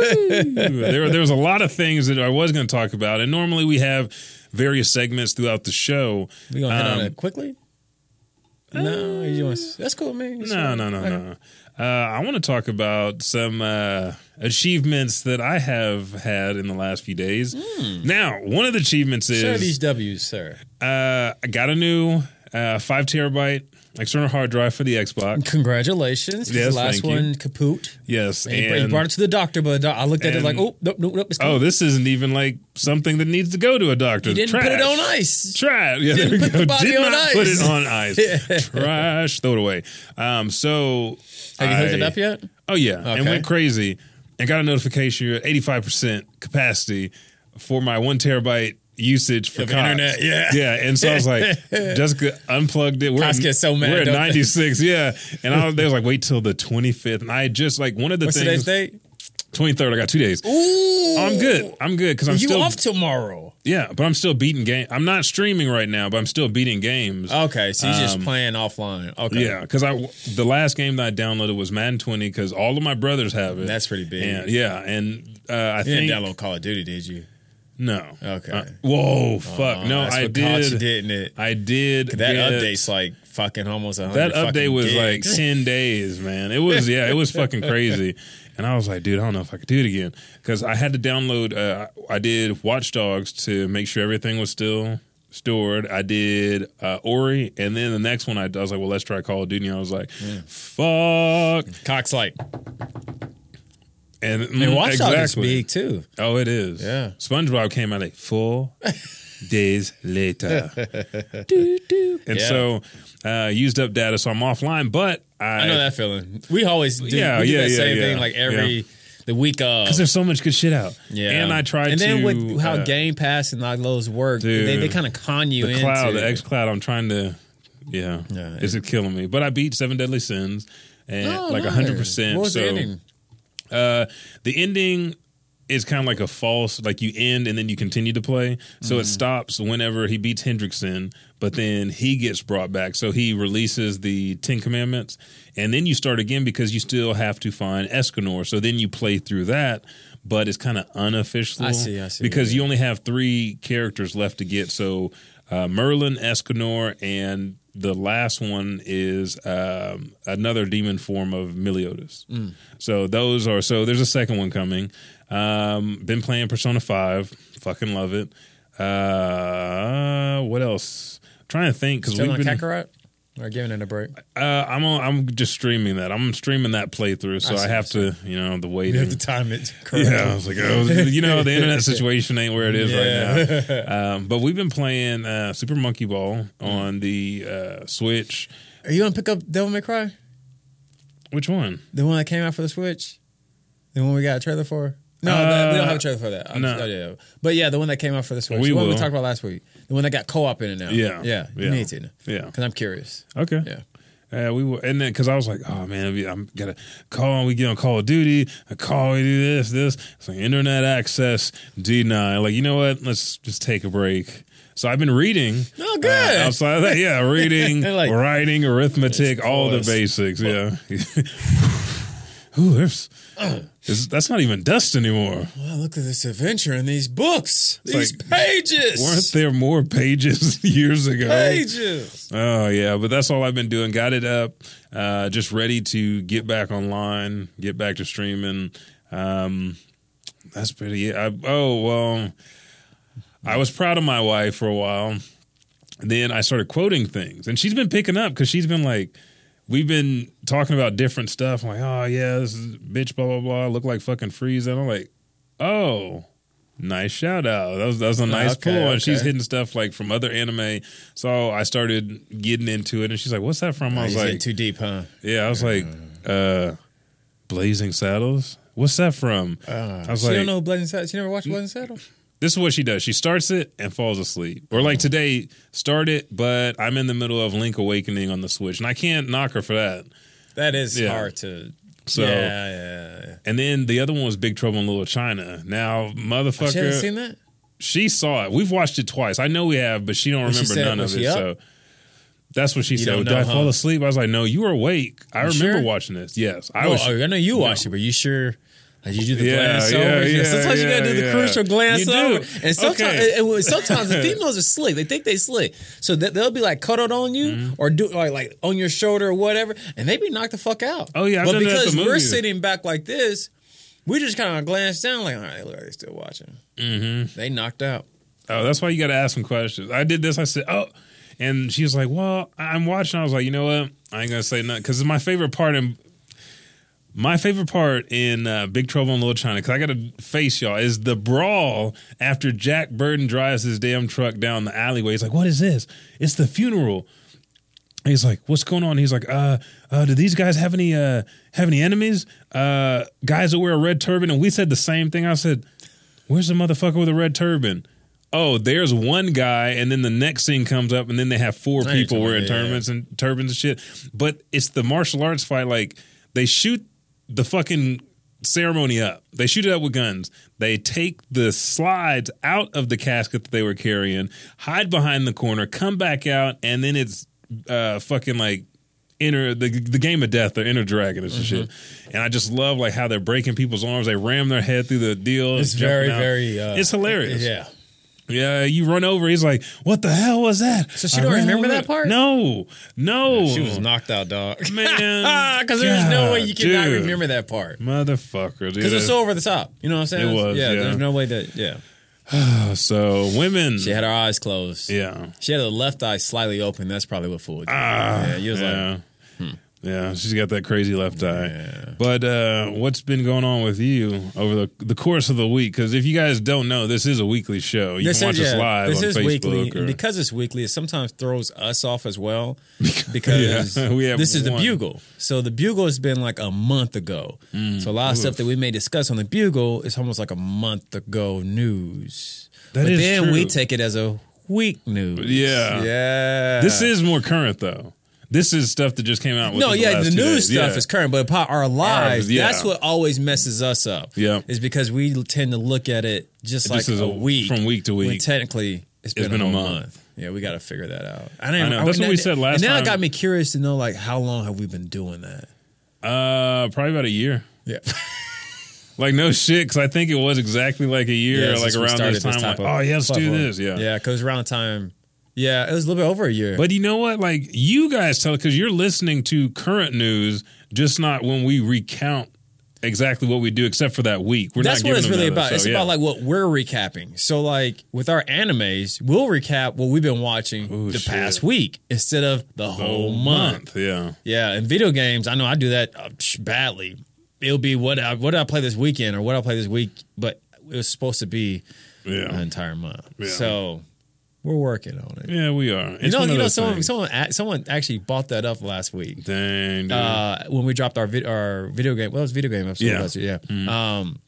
Speaker 1: There, there was a lot of things that I was going to talk about, and normally we have various segments throughout the show.
Speaker 3: We gonna hit
Speaker 1: Um,
Speaker 3: on it quickly? No, you want? That's cool, man. It's
Speaker 1: No,
Speaker 3: fine.
Speaker 1: no, no,
Speaker 3: Okay.
Speaker 1: no. Uh, I want to talk about some uh, achievements that I have had in the last few days. Now, one of the achievements
Speaker 3: Sir, Hmm. these
Speaker 1: is
Speaker 3: W's, sir.
Speaker 1: uh, I got a new uh, five terabyte external hard drive for the Xbox.
Speaker 3: Congratulations. 'cause
Speaker 1: Yes,
Speaker 3: the last
Speaker 1: thank you.
Speaker 3: one, kaput.
Speaker 1: Yes,
Speaker 3: And he brought- he
Speaker 1: and
Speaker 3: brought it to the doctor, but the doc- I looked at it like,
Speaker 1: and-
Speaker 3: oh, nope, nope, nope. It's
Speaker 1: oh, this isn't even like something that needs to go to a doctor.
Speaker 3: you didn't put it
Speaker 1: Trash.
Speaker 3: on ice.
Speaker 1: Trash. Yeah, there we
Speaker 3: put
Speaker 1: go.
Speaker 3: the body
Speaker 1: Did
Speaker 3: on
Speaker 1: not put
Speaker 3: ice.
Speaker 1: it on ice. Trash. Throw it away. Um, so
Speaker 3: Have you hooked it
Speaker 1: I-
Speaker 3: up yet?
Speaker 1: Oh yeah, and
Speaker 3: Okay.
Speaker 1: went crazy and got a notification you're at 85 percent capacity for my one terabyte usage for
Speaker 3: Of
Speaker 1: Cox.
Speaker 3: internet, yeah.
Speaker 1: yeah. And so I was like, Jessica unplugged it. We're
Speaker 3: Cox
Speaker 1: at-
Speaker 3: gets so mad,
Speaker 1: We're at
Speaker 3: don't they?
Speaker 1: 96, yeah. And I was, they was like, wait till the 25th. And I had just like one of the
Speaker 3: What's
Speaker 1: things.
Speaker 3: today's date?
Speaker 1: 23rd. I got two days.
Speaker 3: Ooh.
Speaker 1: I'm good. I'm good because I'm
Speaker 3: you
Speaker 1: still
Speaker 3: off tomorrow.
Speaker 1: yeah, but I'm still beating game. I'm not streaming right now, but I'm still beating games.
Speaker 3: Okay, so you're just
Speaker 1: Um,
Speaker 3: playing offline. Okay.
Speaker 1: Yeah, because I the last game that I downloaded was Madden 20 because all of my brothers have it.
Speaker 3: That's pretty big.
Speaker 1: And, yeah, and uh, I
Speaker 3: You
Speaker 1: think
Speaker 3: didn't download Call of Duty, did you?
Speaker 1: no.
Speaker 3: Okay.
Speaker 1: Uh, whoa, fuck!
Speaker 3: Uh,
Speaker 1: no,
Speaker 3: that's
Speaker 1: I
Speaker 3: what caught you,
Speaker 1: did.
Speaker 3: didn't it?
Speaker 1: I did.
Speaker 3: That
Speaker 1: get-
Speaker 3: update's like fucking almost a
Speaker 1: That
Speaker 3: hundred.
Speaker 1: update
Speaker 3: fucking
Speaker 1: was
Speaker 3: gigs.
Speaker 1: like ten days, man. It was yeah, it was fucking crazy. And I was like, dude, I don't know if I could do it again because I had to download. Uh, I did Watch Dogs to make sure everything was still stored. I did uh, Ori, and then the next one I, I was like, well, let's try Call of Duty. And I was like, fuck.
Speaker 3: Cox like
Speaker 1: And,
Speaker 3: and
Speaker 1: mm,
Speaker 3: Watch Dogs is
Speaker 1: exactly.
Speaker 3: big too.
Speaker 1: Oh, it is.
Speaker 3: Yeah.
Speaker 1: SpongeBob came out like four days later. Doo, doo. And
Speaker 3: Yeah.
Speaker 1: so uh, used up data, so I'm offline. But I,
Speaker 3: I know that feeling. We always do,
Speaker 1: Yeah,
Speaker 3: we do
Speaker 1: yeah,
Speaker 3: that
Speaker 1: yeah,
Speaker 3: same
Speaker 1: yeah.
Speaker 3: thing like every the week of.
Speaker 1: because there's so much good shit out.
Speaker 3: Yeah,
Speaker 1: and I tried.
Speaker 3: And then
Speaker 1: to,
Speaker 3: with how
Speaker 1: uh,
Speaker 3: Game Pass and like those work, they, they
Speaker 1: dude,
Speaker 3: kind of con you
Speaker 1: the
Speaker 3: into
Speaker 1: cloud,
Speaker 3: it.
Speaker 1: the X Cloud. I'm trying to. Yeah,
Speaker 3: Yeah,
Speaker 1: is it killing me? But I beat Seven Deadly Sins and
Speaker 3: Oh,
Speaker 1: like
Speaker 3: nice.
Speaker 1: 100. percent
Speaker 3: What was
Speaker 1: So
Speaker 3: the ending?
Speaker 1: Uh, the ending is kind of like a false, like you end and then you continue to play. So it
Speaker 3: Mm-hmm.
Speaker 1: stops whenever he beats Hendrickson, but then he gets brought back. So he releases the Ten Commandments, and then you start again because you still have to find Escanor. So then you play through that, but it's kind of unofficial.
Speaker 3: I see, I see,
Speaker 1: Because
Speaker 3: yeah,
Speaker 1: you only have three characters left to get. So uh, Merlin, Escanor, and the last one is um, another demon form of Meliodas.
Speaker 3: Mm.
Speaker 1: So those are so. There's a second one coming. Um, been playing Persona Five. Fucking love it. Uh, what else? trying to think because
Speaker 3: Still
Speaker 1: we've
Speaker 3: on
Speaker 1: been.
Speaker 3: Kakarot or giving it a break?
Speaker 1: Uh, I'm on, I'm just streaming that. I'm streaming that playthrough, so
Speaker 3: I
Speaker 1: I,
Speaker 3: see,
Speaker 1: have
Speaker 3: I
Speaker 1: to, you know, the waiting.
Speaker 3: time it.
Speaker 1: Yeah, I was like, oh, you know, the internet situation ain't where it is
Speaker 3: Yeah. Mm-hmm.
Speaker 1: right now. Um, but we've been playing uh, Super Monkey Ball on the uh, Switch.
Speaker 3: Are you gonna pick up Devil May Cry?
Speaker 1: Which one?
Speaker 3: The one that came out for the Switch? The one we got a trailer for? No, that- we don't have a trailer for that. I'm
Speaker 1: Uh, no.
Speaker 3: just- oh, yeah, yeah. But yeah, the one that came out for the Switch.
Speaker 1: We
Speaker 3: the one we
Speaker 1: will.
Speaker 3: talked about last week. The one that got co op in it now.
Speaker 1: Yeah.
Speaker 3: Yeah. You
Speaker 1: Yeah.
Speaker 3: need to.
Speaker 1: Yeah.
Speaker 3: Because I'm curious.
Speaker 1: Okay.
Speaker 3: Yeah.
Speaker 1: Uh, we were, and then because I was like, oh man, we- I'm gotta call. We get on Call of Duty. I call. We do this, this. It's like internet access denied. Like you know what? Let's just take a break. So I've been reading.
Speaker 3: Oh, good.
Speaker 1: Uh, outside of that, yeah, reading,
Speaker 3: They're like-
Speaker 1: writing, arithmetic, all the
Speaker 3: course.
Speaker 1: basics. Yeah. Ooh, there's.
Speaker 3: Uh.
Speaker 1: it's- that's not even dust anymore.
Speaker 3: Well, look at this adventure in these books.
Speaker 1: It's
Speaker 3: these pages.
Speaker 1: Weren't there more pages years ago?
Speaker 3: pages.
Speaker 1: Oh yeah, but that's all I've been doing. Got it up, uh, just ready to get back online, get back to streaming. Um, that's pretty. I, oh well, I was proud of my wife for a while. Then I started quoting things, and she's been picking up because she's been like, we've been talking about different stuff. I'm like, oh yeah, this is bitch, blah blah blah. Look like fucking freeze. And I'm like, oh. Nice shout out. That was that was a nice
Speaker 3: okay,
Speaker 1: pull. And she's
Speaker 3: okay.
Speaker 1: hitting stuff like from other anime. So I started getting into it, and she's like, "What's that from?" I was
Speaker 3: He's in
Speaker 1: like,
Speaker 3: too deep, huh?
Speaker 1: "Yeah." I was like, uh, "Blazing Saddles." What's that from? I was
Speaker 3: you
Speaker 1: like,
Speaker 3: Uh, don't know Blazing Saddles? You never watched Blazing Saddles?
Speaker 1: "This is what she does. She starts it and falls asleep." Or like today, start it, but I'm in the middle of Link Awakening on the Switch, and I can't knock her for that.
Speaker 3: That is
Speaker 1: Yeah.
Speaker 3: hard to.
Speaker 1: So,
Speaker 3: yeah, yeah, yeah.
Speaker 1: and then the other one was Big Trouble in Little China. Now,
Speaker 3: She hasn't
Speaker 1: motherfucker,
Speaker 3: seen that?
Speaker 1: she saw it. We've watched it twice. I know we have, but she don't
Speaker 3: Was she
Speaker 1: remember
Speaker 3: said-
Speaker 1: none
Speaker 3: was
Speaker 1: of
Speaker 3: she
Speaker 1: it.
Speaker 3: up?
Speaker 1: So that's what she said.
Speaker 3: don't
Speaker 1: Did
Speaker 3: know,
Speaker 1: I
Speaker 3: huh?
Speaker 1: fall asleep? I was like, no, you were awake. I remember
Speaker 3: sure?
Speaker 1: watching this. Yes, I
Speaker 3: I,
Speaker 1: was.
Speaker 3: oh, I know you watched it, but you sure? Like you do the
Speaker 1: Yeah,
Speaker 3: glance
Speaker 1: yeah,
Speaker 3: over.
Speaker 1: yeah,
Speaker 3: sometimes you gotta do
Speaker 1: yeah,
Speaker 3: the crucial
Speaker 1: yeah.
Speaker 3: glance
Speaker 1: You do.
Speaker 3: over. And sometimes,
Speaker 1: Okay.
Speaker 3: and- and sometimes the females are slick. They think they slick, so that they'll be like cuddled on you
Speaker 1: Mm-hmm.
Speaker 3: or do or like on your shoulder or whatever, and they be knocked the fuck out.
Speaker 1: Oh, yeah, I've
Speaker 3: but
Speaker 1: done that at
Speaker 3: because
Speaker 1: the
Speaker 3: we're
Speaker 1: movies.
Speaker 3: sitting back like this, we just kind of glance down like, all right, look, they're still watching. Mm-hmm. They knocked out.
Speaker 1: Oh, that's why you got to ask some questions. I did this. I said, oh, And she was like, "Well, I'm watching." I was like, "You know what? I ain't gonna say nothing because my favorite part in my favorite part in uh, Big Trouble in Little China because I got to face y'all is the brawl after Jack Burton drives his damn truck down the alleyway. He's like, "What is this? It's the funeral." And He's like, "What's going on?" He's like, "Uh, uh, do these guys have any uh have any enemies? Uh, guys that wear a red turban?" And we said the same thing. I said, "Where's the motherfucker with a red turban?" Oh, there's one guy, and then the next scene comes up, and then they have four
Speaker 3: I know
Speaker 1: people
Speaker 3: you're
Speaker 1: wearing
Speaker 3: talking- yeah, yeah,
Speaker 1: turbans and turbans and shit. But it's the martial arts fight. Like they shoot the fucking ceremony up. They shoot it up with guns. They take the slides out of the casket that they were carrying, hide behind the corner, come back out, and then it's uh, fucking like inner the, the game of death or inner dragon or some
Speaker 3: Mm-hmm.
Speaker 1: shit. And I just love like how they're breaking people's arms. They ram their head through the deal.
Speaker 3: It's
Speaker 1: and jumping
Speaker 3: very,
Speaker 1: out.
Speaker 3: very. Uh,
Speaker 1: It's hilarious.
Speaker 3: Yeah.
Speaker 1: Yeah, you run over. He's like, "What the hell was that?"
Speaker 3: So she
Speaker 1: I
Speaker 3: don't
Speaker 1: ran
Speaker 3: remember
Speaker 1: over
Speaker 3: that
Speaker 1: it."
Speaker 3: part?
Speaker 1: No, no.
Speaker 3: She was knocked out, dog.
Speaker 1: man.
Speaker 3: Because there's no way you
Speaker 1: God,
Speaker 3: cannot
Speaker 1: dude.
Speaker 3: remember that part.
Speaker 1: Motherfucker, dude.
Speaker 3: Because it's so over the top. You know what I'm saying?
Speaker 1: It was, yeah.
Speaker 3: There's no way that. Yeah.
Speaker 1: Uh, So, women.
Speaker 3: She had her eyes closed.
Speaker 1: yeah.
Speaker 3: She had her left eye slightly open. That's probably what fooled you.
Speaker 1: Ah,
Speaker 3: yeah. You was
Speaker 1: yeah.
Speaker 3: like, hmm.
Speaker 1: Yeah, she's got that crazy left eye.
Speaker 3: Yeah.
Speaker 1: But uh, what's been going on with you over the, the course of the week? Because if you guys don't know, this is a weekly show. You
Speaker 3: this
Speaker 1: can watch
Speaker 3: is
Speaker 1: us
Speaker 3: yeah,
Speaker 1: live
Speaker 3: This
Speaker 1: on
Speaker 3: is
Speaker 1: Facebook.
Speaker 3: weekly,
Speaker 1: or-
Speaker 3: and because it's weekly, it sometimes throws us off as well. Because
Speaker 1: Yeah, we have
Speaker 3: this is the
Speaker 1: one.
Speaker 3: bugle. So the bugle has been like a month ago.
Speaker 1: Mm,
Speaker 3: so a lot of stuff that we may discuss on the bugle is almost like a month ago news.
Speaker 1: That
Speaker 3: but
Speaker 1: is
Speaker 3: then we
Speaker 1: true.
Speaker 3: take it as a week news.
Speaker 1: Yeah.
Speaker 3: yeah.
Speaker 1: this is more current, though. This is stuff that just came out.
Speaker 3: Uh, No,
Speaker 1: within
Speaker 3: yeah,
Speaker 1: last
Speaker 3: the
Speaker 1: two
Speaker 3: news
Speaker 1: days.
Speaker 3: stuff
Speaker 1: Yeah.
Speaker 3: is current, but po- our lives,
Speaker 1: yeah.
Speaker 3: that's what always messes us up.
Speaker 1: Yeah.
Speaker 3: Is because we tend to look at it just like
Speaker 1: just is
Speaker 3: a
Speaker 1: a-
Speaker 3: week.
Speaker 1: from week to
Speaker 3: when
Speaker 1: week.
Speaker 3: technically it's been,
Speaker 1: been a
Speaker 3: a, whole
Speaker 1: month.
Speaker 3: month. Yeah, we got to figure that out. I,
Speaker 1: I know. That's what we said last
Speaker 3: and now
Speaker 1: time.
Speaker 3: it got me curious to know, like, how long have we been doing that?
Speaker 1: uh, probably about a year.
Speaker 3: Yeah.
Speaker 1: Like no shit, because I think it was exactly like a year,
Speaker 3: since
Speaker 1: like
Speaker 3: we
Speaker 1: around
Speaker 3: started
Speaker 1: this time. like,
Speaker 3: type of
Speaker 1: oh yeah, let's do
Speaker 3: platform.
Speaker 1: this. Yeah,
Speaker 3: Yeah, because around the time, yeah, it was a little bit over a year.
Speaker 1: But you know what? Like you guys tell because you're listening to current news, just not when we recount exactly what we do, except for that week. We're
Speaker 3: that's
Speaker 1: not
Speaker 3: what
Speaker 1: giving
Speaker 3: it's
Speaker 1: them
Speaker 3: really
Speaker 1: that,
Speaker 3: about.
Speaker 1: so,
Speaker 3: it's
Speaker 1: yeah.
Speaker 3: about like what we're recapping. So like with our animes, we'll recap what we've been watching
Speaker 1: Ooh,
Speaker 3: the
Speaker 1: shit.
Speaker 3: past week instead of the whole
Speaker 1: whole
Speaker 3: month.
Speaker 1: month. Yeah,
Speaker 3: Yeah, and video games, I know I do that uh, psh, badly. It'll be what I, what did I play this weekend or what I play this week, but it was supposed to be an
Speaker 1: yeah,
Speaker 3: entire month.
Speaker 1: Yeah.
Speaker 3: So we're working on it.
Speaker 1: yeah. We are. It's
Speaker 3: you know,
Speaker 1: one of
Speaker 3: you know,
Speaker 1: those
Speaker 3: someone,
Speaker 1: things.
Speaker 3: someone, a- someone actually bought that up last week
Speaker 1: Dang, dude.
Speaker 3: uh, when we dropped our vid- our video game. Well, it was video game episode.
Speaker 1: Yeah. Mm-hmm.
Speaker 3: Yeah, yeah. Um,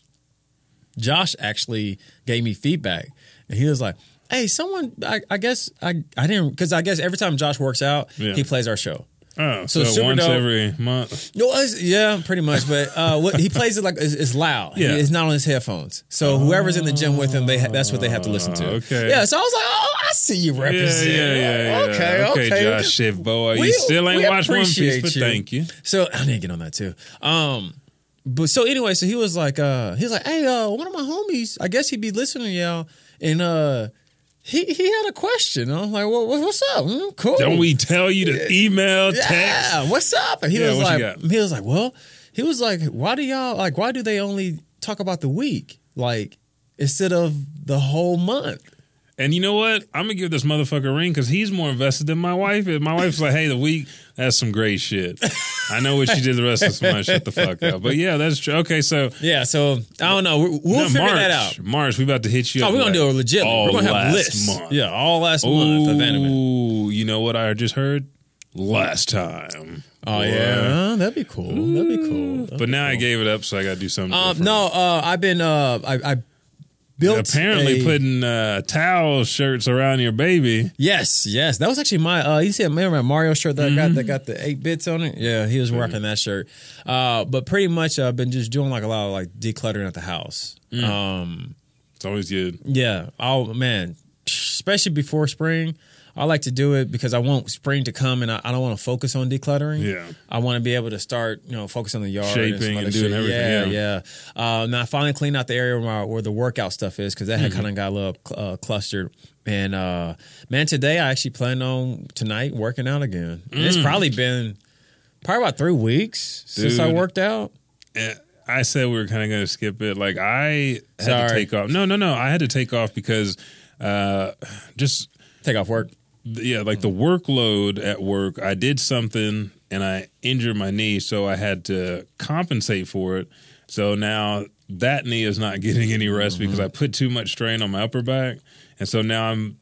Speaker 3: Josh actually gave me feedback, and he was like, "Hey, someone, I, I guess I I didn't because I guess every time Josh works out,
Speaker 1: Yeah.
Speaker 3: he plays our show.
Speaker 1: oh, so,
Speaker 3: so Super
Speaker 1: once
Speaker 3: Dope-
Speaker 1: every month.
Speaker 3: No, it's- yeah, pretty much. But uh, what he plays it like it's, it's loud.
Speaker 1: Yeah.
Speaker 3: it's not on his headphones. So whoever's in the gym with him, they ha- that's what they have to listen to.
Speaker 1: Oh, okay.
Speaker 3: Yeah. So I was like, oh, I see you
Speaker 1: Yeah, yeah,
Speaker 3: represent.
Speaker 1: yeah, yeah.
Speaker 3: Okay, okay,
Speaker 1: Josh, shit, boy, you
Speaker 3: we-
Speaker 1: still ain't
Speaker 3: we
Speaker 1: watched One Piece,
Speaker 3: appreciate
Speaker 1: but
Speaker 3: you.
Speaker 1: thank you.
Speaker 3: So I didn't get on that too. Um, but so anyway, so he was like, uh, he's like, hey, uh, one of my homies, I guess he'd be listening to y'all, and uh, he he had a question. I'm like, well, what- what's up? Mm, cool.
Speaker 1: Don't we tell you to email, text?
Speaker 3: Yeah, what's up? And he
Speaker 1: Yeah,
Speaker 3: was
Speaker 1: what
Speaker 3: like,
Speaker 1: you got?
Speaker 3: he was like, well, he was like, why do y'all like? Why do they only talk about the week, like instead of the whole month?
Speaker 1: And you know what? I'm gonna give this motherfucker a ring because he's more invested than my wife is. My wife's like, "Hey, the week that's some great shit." I know what she did the rest of the month. Shut the fuck up. But yeah, that's true. Okay, so
Speaker 3: Yeah. So I don't know. We- We'll
Speaker 1: no,
Speaker 3: figure
Speaker 1: March,
Speaker 3: that out.
Speaker 1: March, we about to hit you.
Speaker 3: Oh,
Speaker 1: up
Speaker 3: we're gonna
Speaker 1: with
Speaker 3: do
Speaker 1: that
Speaker 3: it legit.
Speaker 1: all
Speaker 3: We're gonna have
Speaker 1: last
Speaker 3: lists.
Speaker 1: Month.
Speaker 3: Yeah, all last month of anime.
Speaker 1: Ooh, you know what I just heard last time.
Speaker 3: Oh
Speaker 1: Boy.
Speaker 3: yeah, that'd be cool. That'd be cool. That'd
Speaker 1: But
Speaker 3: be
Speaker 1: now I
Speaker 3: cool.
Speaker 1: gave it up, so I got to do something.
Speaker 3: um,
Speaker 1: different.
Speaker 3: no, uh, I've been uh, I, I built
Speaker 1: Apparently,
Speaker 3: a-
Speaker 1: putting uh, towel shirts around your baby.
Speaker 3: Yes, yes, that was actually my. Uh, you see, remember my Mario shirt that I got that got the eight bits on it? Yeah, he was rocking that shirt. Uh, but pretty much, I've been just doing like a lot of like decluttering at the house. Um,
Speaker 1: It's always good.
Speaker 3: yeah. Oh man, especially before spring, I like to do it because I want spring to come and I, I don't want to focus on decluttering.
Speaker 1: Yeah.
Speaker 3: I want to be able to start, you know, focus on the yard,
Speaker 1: Shaping
Speaker 3: some
Speaker 1: and
Speaker 3: other
Speaker 1: doing
Speaker 3: shit.
Speaker 1: everything,
Speaker 3: Yeah, yeah. Uh, now I finally cleaned out the area where, my, where the workout stuff is because that
Speaker 1: Mm-hmm.
Speaker 3: had kind of got a little uh, clustered. And uh, man, today I actually plan on tonight working out again. And
Speaker 1: Mm.
Speaker 3: It's probably been probably about three weeks since I
Speaker 1: Dude.
Speaker 3: worked out.
Speaker 1: Eh, I said we were kind of going to skip it. Like I had to
Speaker 3: Sorry.
Speaker 1: take off. No, no, no. I had to take off because uh, just
Speaker 3: Take off work.
Speaker 1: yeah, like the workload at work, I did something and I injured my knee, so I had to compensate for it. So now that knee is not getting any rest
Speaker 3: Mm-hmm.
Speaker 1: because I put too much strain on my upper back. And so now I'm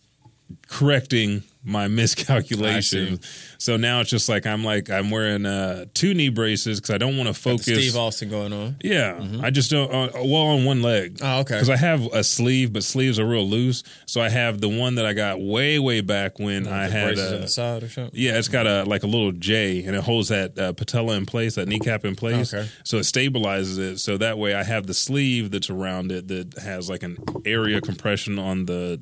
Speaker 1: correcting my miscalculations. So now it's just like I'm like I'm wearing uh two knee braces cuz I don't want to
Speaker 3: Got the
Speaker 1: focus
Speaker 3: Steve Austin going on. Mm-hmm.
Speaker 1: yeah, I just don't. Uh, well, on one leg.
Speaker 3: Oh, okay.
Speaker 1: Because I have a sleeve, but sleeves are real loose. So I have the one that I got way, way back when I
Speaker 3: The
Speaker 1: had.
Speaker 3: braces on
Speaker 1: Uh,
Speaker 3: the side or something.
Speaker 1: yeah, it's got a like a little J, and it holds that uh, patella in place, that kneecap in place.
Speaker 3: Okay.
Speaker 1: So it stabilizes it. So that way, I have the sleeve that's around it that has like an area compression on the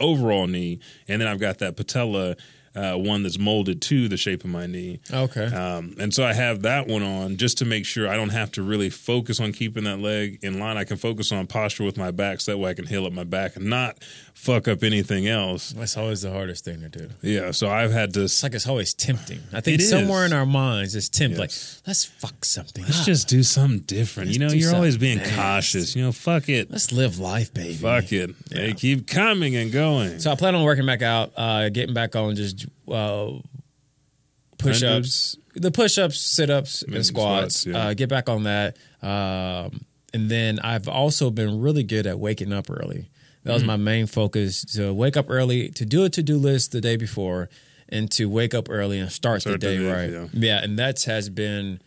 Speaker 1: overall knee, and then I've got that patella uh, one that's molded to the shape of my knee.
Speaker 3: Okay.
Speaker 1: Um, and so I have that one on just to make sure I don't have to really focus on keeping that leg in line. I can focus on posture with my back so that way I can heal up my back and not fuck up anything else.
Speaker 3: That's always the hardest thing to do.
Speaker 1: Yeah. So I've had to.
Speaker 3: It's like it's always tempting. I think
Speaker 1: It is.
Speaker 3: somewhere in our minds it's tempting.
Speaker 1: Yes.
Speaker 3: Like, let's fuck something.
Speaker 1: Let's
Speaker 3: up.
Speaker 1: just do something different. you know,
Speaker 3: ah. do
Speaker 1: you're always being
Speaker 3: something fast.
Speaker 1: cautious. You know, fuck it.
Speaker 3: let's live life, baby.
Speaker 1: Fuck it. They keep coming and going.
Speaker 3: So I plan on working back out, uh, getting back on just uh, push ups, the push ups, sit ups,
Speaker 1: And
Speaker 3: and squats.
Speaker 1: squats, yeah.
Speaker 3: uh, get back on that. Um, and then I've also been really good at waking up early. That
Speaker 1: Mm.
Speaker 3: was my main focus to wake up early, to do a to do list the day before, and to wake up early and start,
Speaker 1: Start
Speaker 3: the
Speaker 1: the
Speaker 3: day
Speaker 1: day,
Speaker 3: right.
Speaker 1: yeah.
Speaker 3: and that has been,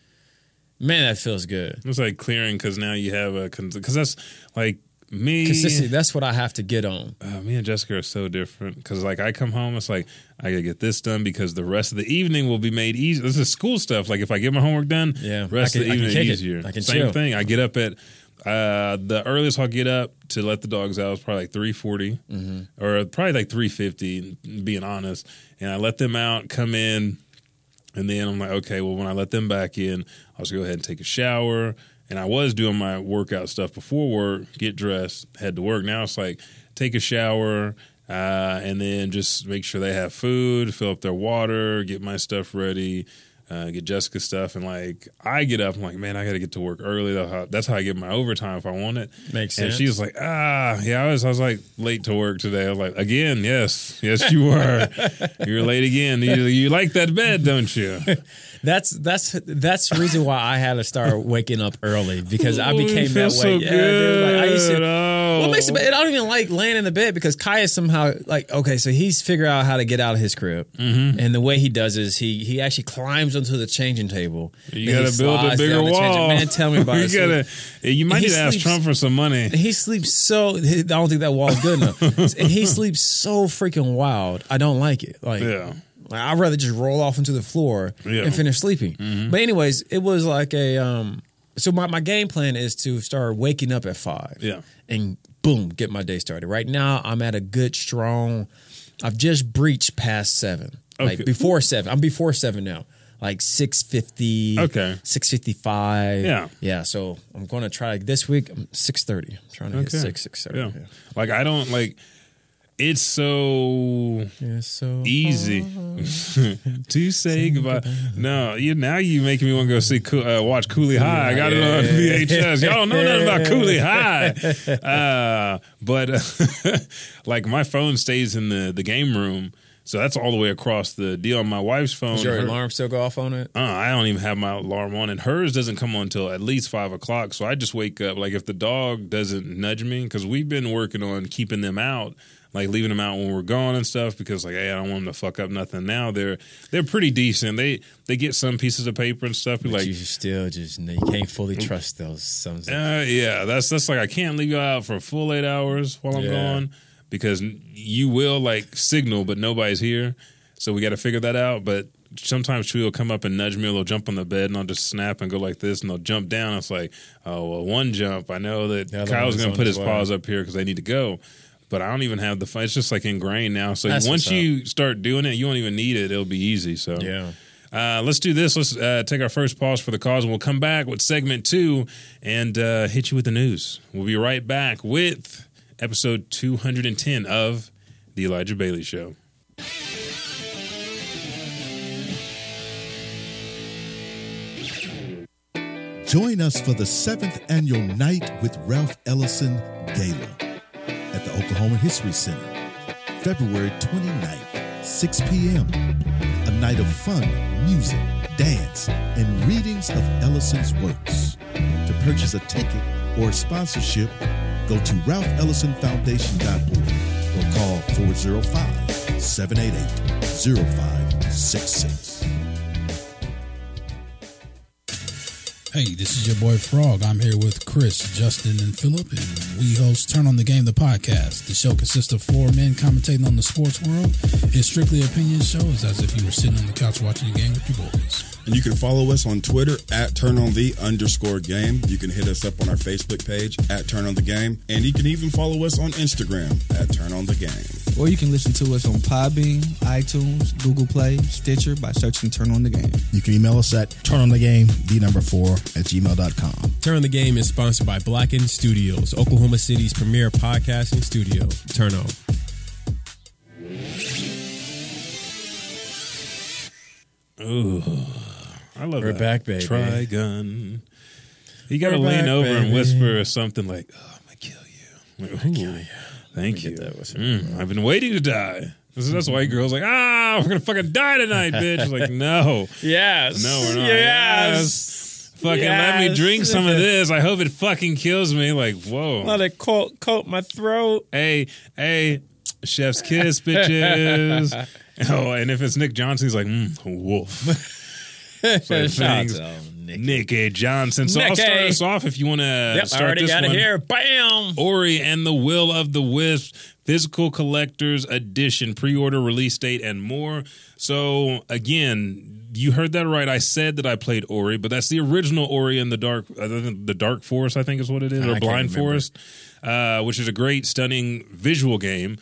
Speaker 3: man, that feels good.
Speaker 1: It's like clearing because now you have a. Because that's like me.
Speaker 3: Consistency, that's what I have to get on.
Speaker 1: uh, me and Jessica are so different because like I come home, it's like I gotta get this done because the rest of the evening will be made easy. This is school stuff. Like if I get my homework done,
Speaker 3: Yeah,
Speaker 1: rest
Speaker 3: I
Speaker 1: of
Speaker 3: can-
Speaker 1: the
Speaker 3: I can
Speaker 1: evening
Speaker 3: kick it.
Speaker 1: easier.
Speaker 3: I can
Speaker 1: Same
Speaker 3: chill.
Speaker 1: thing. I get up at uh, the earliest I'll get up to let the dogs out is probably like three
Speaker 3: Mm-hmm.
Speaker 1: or probably like three fifty. Being honest, and I let them out, come in. And then I'm like, okay, well, when I let them back in, I'll just go ahead and take a shower. And I was doing my workout stuff before work, get dressed, head to work. Now it's like, take a shower, uh, and then just make sure they have food, fill up their water, get my stuff ready, uh, get Jessica's stuff. And like, I get up, I'm like, man, I got to get to work early. That's how- That's how I get my overtime if I want it.
Speaker 3: Makes
Speaker 1: And
Speaker 3: sense.
Speaker 1: she's like, ah, yeah, I was, I was like late to work today. I was like, again, yes, yes, you were. You're late again. You, you like that bed, don't you?
Speaker 3: That's that's that's the reason why I had to start waking up early because I
Speaker 1: Oh, you
Speaker 3: became
Speaker 1: feel
Speaker 3: that way.
Speaker 1: so
Speaker 3: Yeah, dude, like, I used
Speaker 1: good.
Speaker 3: to.
Speaker 1: Oh.
Speaker 3: What makes it? bad- I don't even like laying in the bed because Kai is somehow like okay, so he's figured out how to get out of his crib,
Speaker 1: Mm-hmm.
Speaker 3: and the way he does is he he actually climbs onto the changing table.
Speaker 1: You
Speaker 3: Then he
Speaker 1: gotta build a
Speaker 3: slides
Speaker 1: bigger
Speaker 3: down the changing-
Speaker 1: wall.
Speaker 3: Man, tell me about
Speaker 1: you
Speaker 3: it. So
Speaker 1: Gotta, you might
Speaker 3: He
Speaker 1: need to ask
Speaker 3: sleeps-
Speaker 1: Trump for some money.
Speaker 3: he sleeps so. I don't think that wall's good enough. and he sleeps so freaking wild. I don't like it. Like
Speaker 1: Yeah.
Speaker 3: Like, I'd rather just roll off into the floor
Speaker 1: Yeah. Mm-hmm.
Speaker 3: and finish sleeping. But anyways, it was like a um so my, my game plan is to start waking up at five.
Speaker 1: Yeah.
Speaker 3: And boom, get my day started. Right now I'm at a good strong I've just breached past seven.
Speaker 1: Okay.
Speaker 3: Like before seven. I'm before seven now. Like six fifty.
Speaker 1: Okay.
Speaker 3: Six fifty five.
Speaker 1: Yeah.
Speaker 3: Yeah. So I'm gonna try this week. I'm six thirty. I'm trying to
Speaker 1: Okay.
Speaker 3: get six, six thirty.
Speaker 1: Yeah. Like I don't like. It's so
Speaker 3: yeah so
Speaker 1: easy
Speaker 3: Mm-hmm.
Speaker 1: to say goodbye. No, you now you making me want to go see Cool- uh, watch Cooley High. I got it on VHS. Y'all don't know nothing about Cooley High, uh, but like my phone stays in the the game room, so that's all the way across the deal. My wife's phone.
Speaker 3: Does your
Speaker 1: her-
Speaker 3: alarm still go off on it?
Speaker 1: uh, I don't even have my alarm on, and hers doesn't come on until at least five o'clock. So I just wake up. Like if the dog doesn't nudge me, because we've been working on keeping them out, like leaving them out when we're gone and stuff. Because like, hey, I don't want them to fuck up nothing. Now they're they're pretty decent. They they get some pieces of paper and stuff. Be
Speaker 3: But
Speaker 1: like,
Speaker 3: you still just you can't fully trust those sons. of-
Speaker 1: uh, yeah, that's that's like I can't leave you out for a full eight hours while I'm
Speaker 3: Yeah.
Speaker 1: gone because you will like signal, but nobody's here. So we got to figure that out. But sometimes she will come up and nudge me, or they'll jump on the bed, and I'll just snap and go like this, and they'll jump down. It's like, oh well, one jump. I know that
Speaker 3: The other
Speaker 1: Kyle's
Speaker 3: one's
Speaker 1: going
Speaker 3: on
Speaker 1: to put his
Speaker 3: his way.
Speaker 1: paws up here because they need to go. But I don't even have the. fi- It's just like ingrained now. So
Speaker 3: That's
Speaker 1: once
Speaker 3: what's up.
Speaker 1: you start doing it, you won't even need it. It'll be easy. So
Speaker 3: Yeah.
Speaker 1: uh, let's do this. Let's uh, take our first pause for the cause, and we'll come back with segment two and uh, hit you with the news. We'll be right back with episode 210 of The Elijah Bailey Show.
Speaker 4: Join us for the seventh annual Night with Ralph Ellison Gala at the Oklahoma History Center, February 29th, 6 p.m. A night of fun, music, dance, and readings of Ellison's works. To purchase a ticket or sponsorship, go to ralphellisonfoundation.org or call 405 788 0566.
Speaker 5: Hey, this is your boy Frog. I'm here with Chris, Justin, and Philip, and we host Turn on the Game, the podcast. The show consists of four men commentating on the sports world. It's strictly opinion show. It's as if you were sitting on the couch watching the game with your boys.
Speaker 6: And you can follow us on Twitter at Turn On The underscore game. You can hit us up on our Facebook page at Turn On The Game. And you can even follow us on Instagram at Turn On The Game.
Speaker 7: Or you can listen to us on Podbean, iTunes, Google Play, Stitcher by searching Turn On The Game.
Speaker 8: You can email us at turnonthegame, the number four, at gmail.com.
Speaker 9: Turn the Game is sponsored by Blackened Studios, Oklahoma City's premier podcasting studio. Turn on.
Speaker 1: I love
Speaker 3: We're
Speaker 1: that.
Speaker 3: back, baby.
Speaker 1: Trigun. You got to
Speaker 3: We're
Speaker 1: lean
Speaker 3: back,
Speaker 1: over and
Speaker 3: baby.
Speaker 1: whisper or something like, "Oh, I'm gonna kill you." Like, Ooh, Thank you.
Speaker 3: get that whisper.
Speaker 9: Hmm?
Speaker 1: Mm, I've been waiting to die. This is, that's why girls like, ah, we're gonna fucking die tonight, bitch. It's like, no,
Speaker 3: Yes.
Speaker 1: no, we're not. Yes. Fucking let me
Speaker 3: Yes.
Speaker 1: drink some of this. I hope it fucking kills me. Like, whoa.
Speaker 3: Let it coat, coat my throat.
Speaker 1: hey, hey, chef's kiss, bitches. oh, and if it's Nick Johnson, he's like, mm, wolf. So
Speaker 3: Shout out
Speaker 1: things-
Speaker 3: to Nick.
Speaker 1: Nick A. Johnson. So I'll
Speaker 3: Nick
Speaker 1: start
Speaker 3: A.
Speaker 1: us off if you want to
Speaker 3: Yep, I
Speaker 1: start
Speaker 3: already
Speaker 1: this
Speaker 3: got
Speaker 1: one.
Speaker 3: it here. Bam.
Speaker 1: Ori and the Will of the Wisp, physical collectors edition, pre order, release date, and more. So, again, you heard that right. I said that I played Ori, but that's the original Ori and the Dark, uh, the the Dark Forest, I think is what it is, or
Speaker 3: can't
Speaker 1: Blind
Speaker 3: remember.
Speaker 1: Forest, uh, which is a great, stunning visual game.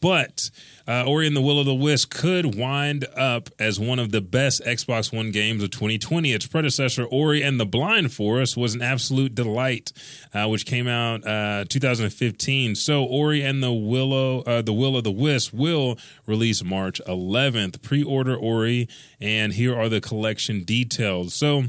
Speaker 1: But uh, Ori and the Will of the Wisp could wind up as one of the best Xbox One games of 2020. Its predecessor, Ori and the Blind Forest, was an absolute delight, uh, which came out uh, 2015. So Ori and the Willow, uh, the Will of the Wisp will release March 11th. Pre-order Ori, and here are the collection details. So.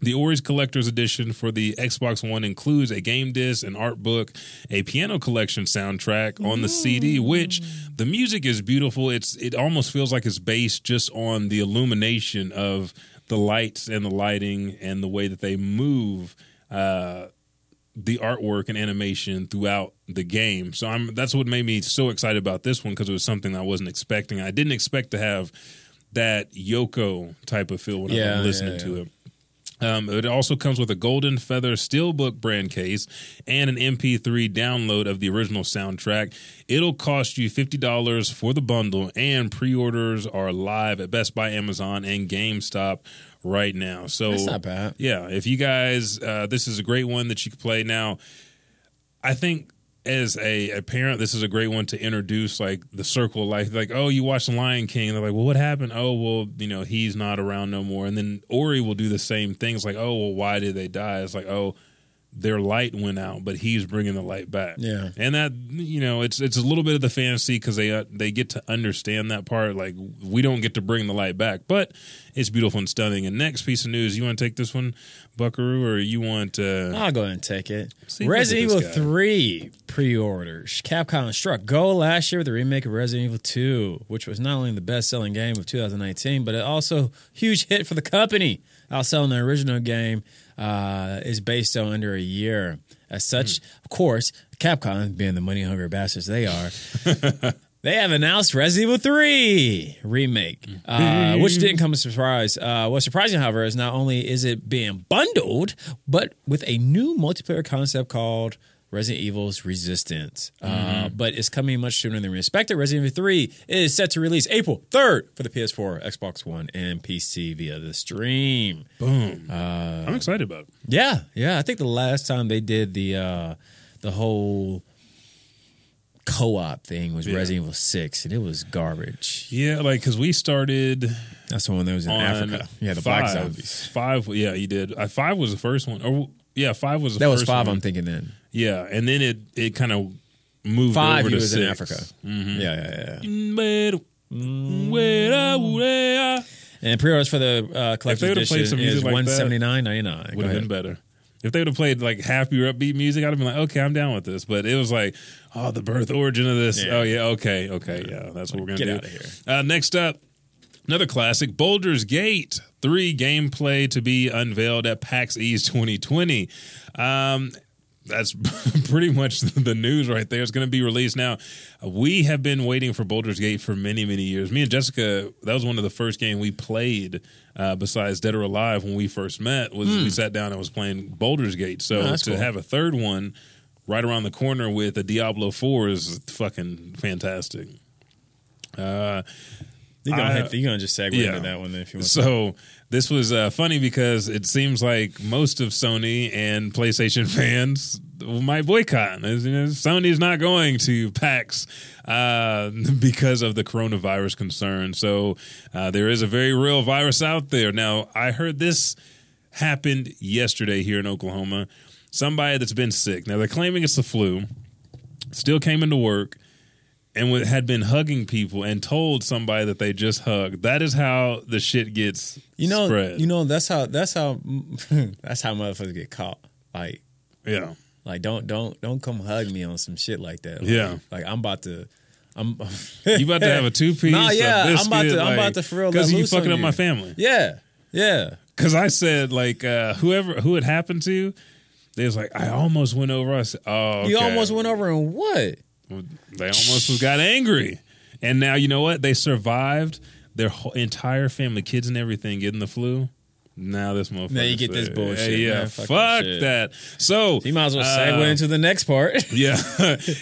Speaker 1: The Ori's Collector's Edition for the Xbox One includes a game disc, an art book, a piano collection soundtrack on the CD, which the music is beautiful. It's it almost feels like it's based just on the illumination of the lights and the lighting and the way that they move uh, the artwork and animation throughout the game. So I'm that's what made me so excited about this one because it was something I wasn't expecting. I didn't expect to have that Yoko type of feel when
Speaker 3: Yeah,
Speaker 1: I'm listening
Speaker 3: yeah,
Speaker 1: to it. Um, it also comes with a Golden Feather Steelbook brand case and an MP3 download of the original soundtrack. It'll cost you $50 for the bundle, and pre orders are live at Best Buy, Amazon, and GameStop right now. So
Speaker 3: That's not bad.
Speaker 1: Yeah, if you guys, uh, this is a great one that you can play. Now, I think as a, a parent, this is a great one to introduce like the circle of life. Like, oh, you watched Lion King. They're like, well, what happened? Oh, well, you know, he's not around no more. And then Ori will do the same things. Like, oh, well, why did they die? It's like, oh, their light went out, but he's bringing the light back.
Speaker 3: Yeah.
Speaker 1: and that you know, it's it's a little bit of the fantasy because they uh, they get to understand that part. Like, we don't get to bring the light back, but it's beautiful and stunning. And next piece of news, you want to take this one, Buckaroo, or you want? Uh,
Speaker 3: I'll go ahead and take it.
Speaker 1: See, look at
Speaker 3: Resident
Speaker 1: this
Speaker 3: Evil
Speaker 1: guy.
Speaker 3: 3 pre orders. Capcom struck gold last year with the remake of Resident Evil 2, which was not only the best selling game of 2019, but it also a huge hit for the company, outselling the original game, uh, is based on under a year. As such, of course, Capcom, being the money hungry bastards they are, They have announced Resident Evil 3 remake, uh, which didn't come as a surprise. Uh, what's surprising, however, is not only is it being bundled, but with a new multiplayer concept called Resident Evil's Resistance. Uh, but it's coming much sooner than we expected. Resident Evil 3 is set to release April 3rd for the PS4, Xbox One, and PC via the stream.
Speaker 1: I'm excited about it.
Speaker 3: Yeah, yeah. I think the last time they did the uh the whole co-op thing was Resident Evil Six, and it was garbage.
Speaker 1: Yeah, like because we started.
Speaker 3: That's the one that was in
Speaker 1: on
Speaker 3: Africa. Yeah, the
Speaker 1: five.
Speaker 3: black zombies.
Speaker 1: Five, yeah, you did. Uh, five was the first one, or yeah, five was the
Speaker 3: That was
Speaker 1: first
Speaker 3: five.
Speaker 1: One.
Speaker 3: I'm thinking then
Speaker 1: yeah, and then it it kind of moved
Speaker 3: five.
Speaker 1: over
Speaker 3: He
Speaker 1: to
Speaker 3: was
Speaker 1: six. Mm-hmm.
Speaker 3: in Africa. Yeah, yeah, yeah.
Speaker 1: Would
Speaker 3: And pre-orders for the uh,
Speaker 1: If they
Speaker 3: collector's
Speaker 1: would've played
Speaker 3: edition
Speaker 1: some music
Speaker 3: uh, is
Speaker 1: like that,
Speaker 3: one seventy nine ninety nine.
Speaker 1: have been better. If they would have played like happier, upbeat music, I'd have been like, okay, I'm down with this. But it was like, oh, the birth origin of this.
Speaker 3: Yeah.
Speaker 1: Oh yeah, okay, okay, yeah, that's what we're gonna
Speaker 3: get
Speaker 1: do.
Speaker 3: outta here.
Speaker 1: Uh, next up, another classic, Boulder's Gate three gameplay to be unveiled at PAX East 2020. Um, that's pretty much the news right there. It's going to be released now. We have been waiting for Boulder's Gate for many, many years. Me and Jessica, that was one of the first game we played uh, besides Dead or Alive when we first met. Was we sat down and was playing Boulder's Gate. So
Speaker 3: Hmm. Oh, that's
Speaker 1: to
Speaker 3: cool.
Speaker 1: have a third one right around the corner with a Diablo Four is fucking fantastic. Uh,
Speaker 3: You're gonna,
Speaker 1: I-
Speaker 3: have to- you're gonna just segue
Speaker 1: yeah.
Speaker 3: into that one then if you want.
Speaker 1: so this was uh, funny because it seems like most of Sony and PlayStation fans might boycott. As you know, Sony's not going to PAX uh, because of the coronavirus concern. So uh, there is a very real virus out there. Now I heard this happened yesterday here in Oklahoma. Somebody that's been sick. Now they're claiming it's the flu. Still came into work and w- had been hugging people and told somebody that they just hugged. That is how the shit gets
Speaker 3: you know,
Speaker 1: spread.
Speaker 3: you know that's how that's how that's how motherfuckers get caught. Like
Speaker 1: yeah.
Speaker 3: like don't don't don't come hug me on some shit like that. Like,
Speaker 1: Yeah.
Speaker 3: like I'm about to. I'm
Speaker 1: You about to have a two piece?
Speaker 3: Nah, yeah,
Speaker 1: a
Speaker 3: I'm about to-
Speaker 1: biscuit,
Speaker 3: I'm about
Speaker 1: like,
Speaker 3: to for real let
Speaker 1: you
Speaker 3: loose
Speaker 1: fucking
Speaker 3: on
Speaker 1: up
Speaker 3: you.
Speaker 1: my family.
Speaker 3: yeah yeah.
Speaker 1: Because I said like uh, whoever who it happened to, they was like I almost went over. I said, oh,
Speaker 3: You
Speaker 1: okay.
Speaker 3: almost went over and what?
Speaker 1: They almost was- got angry, and now you know what? They survived. Their whole, entire family, kids and everything, getting the flu. Now this motherfucker.
Speaker 3: Now you get this
Speaker 1: said,
Speaker 3: bullshit,
Speaker 1: Yeah,
Speaker 3: man.
Speaker 1: fuck,
Speaker 3: Fuck that shit.
Speaker 1: that. So
Speaker 3: You might as well
Speaker 1: uh,
Speaker 3: segue into the next part.
Speaker 1: Yeah.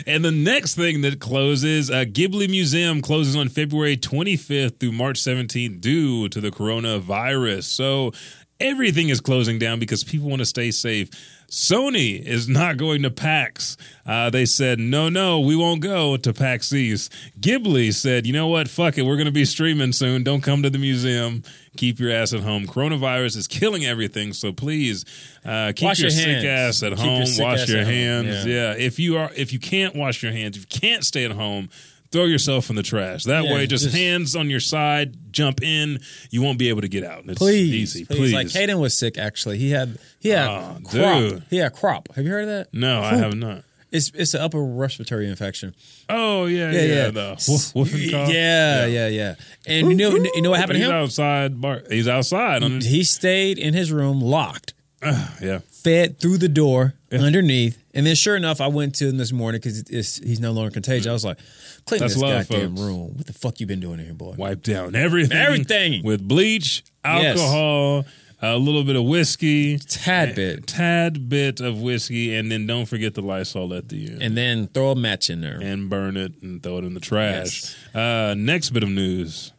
Speaker 1: and the next thing that closes, uh, Ghibli Museum closes on February 25th through March 17th due to the coronavirus. So everything is closing down because people want to stay safe. Sony is not going to PAX. Uh, they said, no, no, we won't go to PAX East. Ghibli said, you know what? Fuck it. We're going to be streaming soon. Don't come to the museum. Keep your ass at home. Coronavirus is killing everything. So please uh, keep
Speaker 3: Wash
Speaker 1: your,
Speaker 3: your
Speaker 1: sick
Speaker 3: hands.
Speaker 1: ass at
Speaker 3: Keep your
Speaker 1: home.
Speaker 3: sick
Speaker 1: wash
Speaker 3: ass
Speaker 1: your
Speaker 3: at home.
Speaker 1: hands.
Speaker 3: Yeah.
Speaker 1: yeah. Yeah, if you are if you can't wash your hands, if you can't stay at home, throw yourself in the trash. That
Speaker 3: Yeah,
Speaker 1: way, just,
Speaker 3: just-
Speaker 1: hands on your side, jump in. You won't be able to get out. It's easy, please.
Speaker 3: Like Caden was sick actually. He had he had
Speaker 1: Ah,
Speaker 3: crop.
Speaker 1: dude.
Speaker 3: He had crop. Have you heard of that?
Speaker 1: no, I have not.
Speaker 3: It's it's an upper respiratory infection.
Speaker 1: Oh yeah, yeah,
Speaker 3: Yeah, yeah.
Speaker 1: the woof, woof cough.
Speaker 3: Yeah, yeah, yeah, And you know you know what happened to
Speaker 1: He's
Speaker 3: him?
Speaker 1: outside. Bar- he's outside. On ah,
Speaker 3: He stayed in his room locked,
Speaker 1: yeah,
Speaker 3: fed through the door underneath. And then sure enough, I went to him this morning because he's no longer contagious. I was like, clean
Speaker 1: That's
Speaker 3: this
Speaker 1: love,
Speaker 3: goddamn
Speaker 1: folks.
Speaker 3: room. What the fuck you been doing in here, boy?
Speaker 1: wipe down everything.
Speaker 3: Everything.
Speaker 1: with bleach,
Speaker 3: Yes.
Speaker 1: alcohol. A little bit of whiskey,
Speaker 3: Tad bit.
Speaker 1: tad bit of whiskey, and then don't forget the Lysol at the end.
Speaker 3: And then throw a match in there.
Speaker 1: and burn it and throw it in the trash. Uh, next bit of news.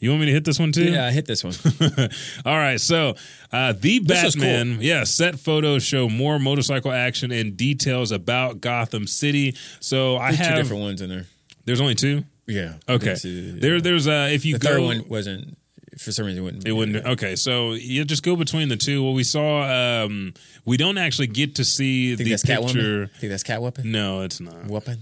Speaker 1: You want me to hit this one too?
Speaker 3: Yeah, I hit this one.
Speaker 1: All right. So, uh, the
Speaker 3: is cool.
Speaker 1: Batman. Yeah, set photos show more motorcycle action and details about Gotham City. So I
Speaker 3: Two
Speaker 1: have.
Speaker 3: different ones in there.
Speaker 1: There's only two.
Speaker 3: Yeah.
Speaker 1: Okay.
Speaker 3: It's, uh,
Speaker 1: There, there's uh, if you
Speaker 3: the
Speaker 1: go,
Speaker 3: third one wasn't for some reason it wouldn't.
Speaker 1: It wouldn't. Okay, so you just go between the two. Well, we saw. Um, we don't actually get to see
Speaker 3: Think
Speaker 1: the
Speaker 3: that's
Speaker 1: picture.
Speaker 3: Catwoman. Think that's Catwoman.
Speaker 1: No, it's not.
Speaker 3: Weapon.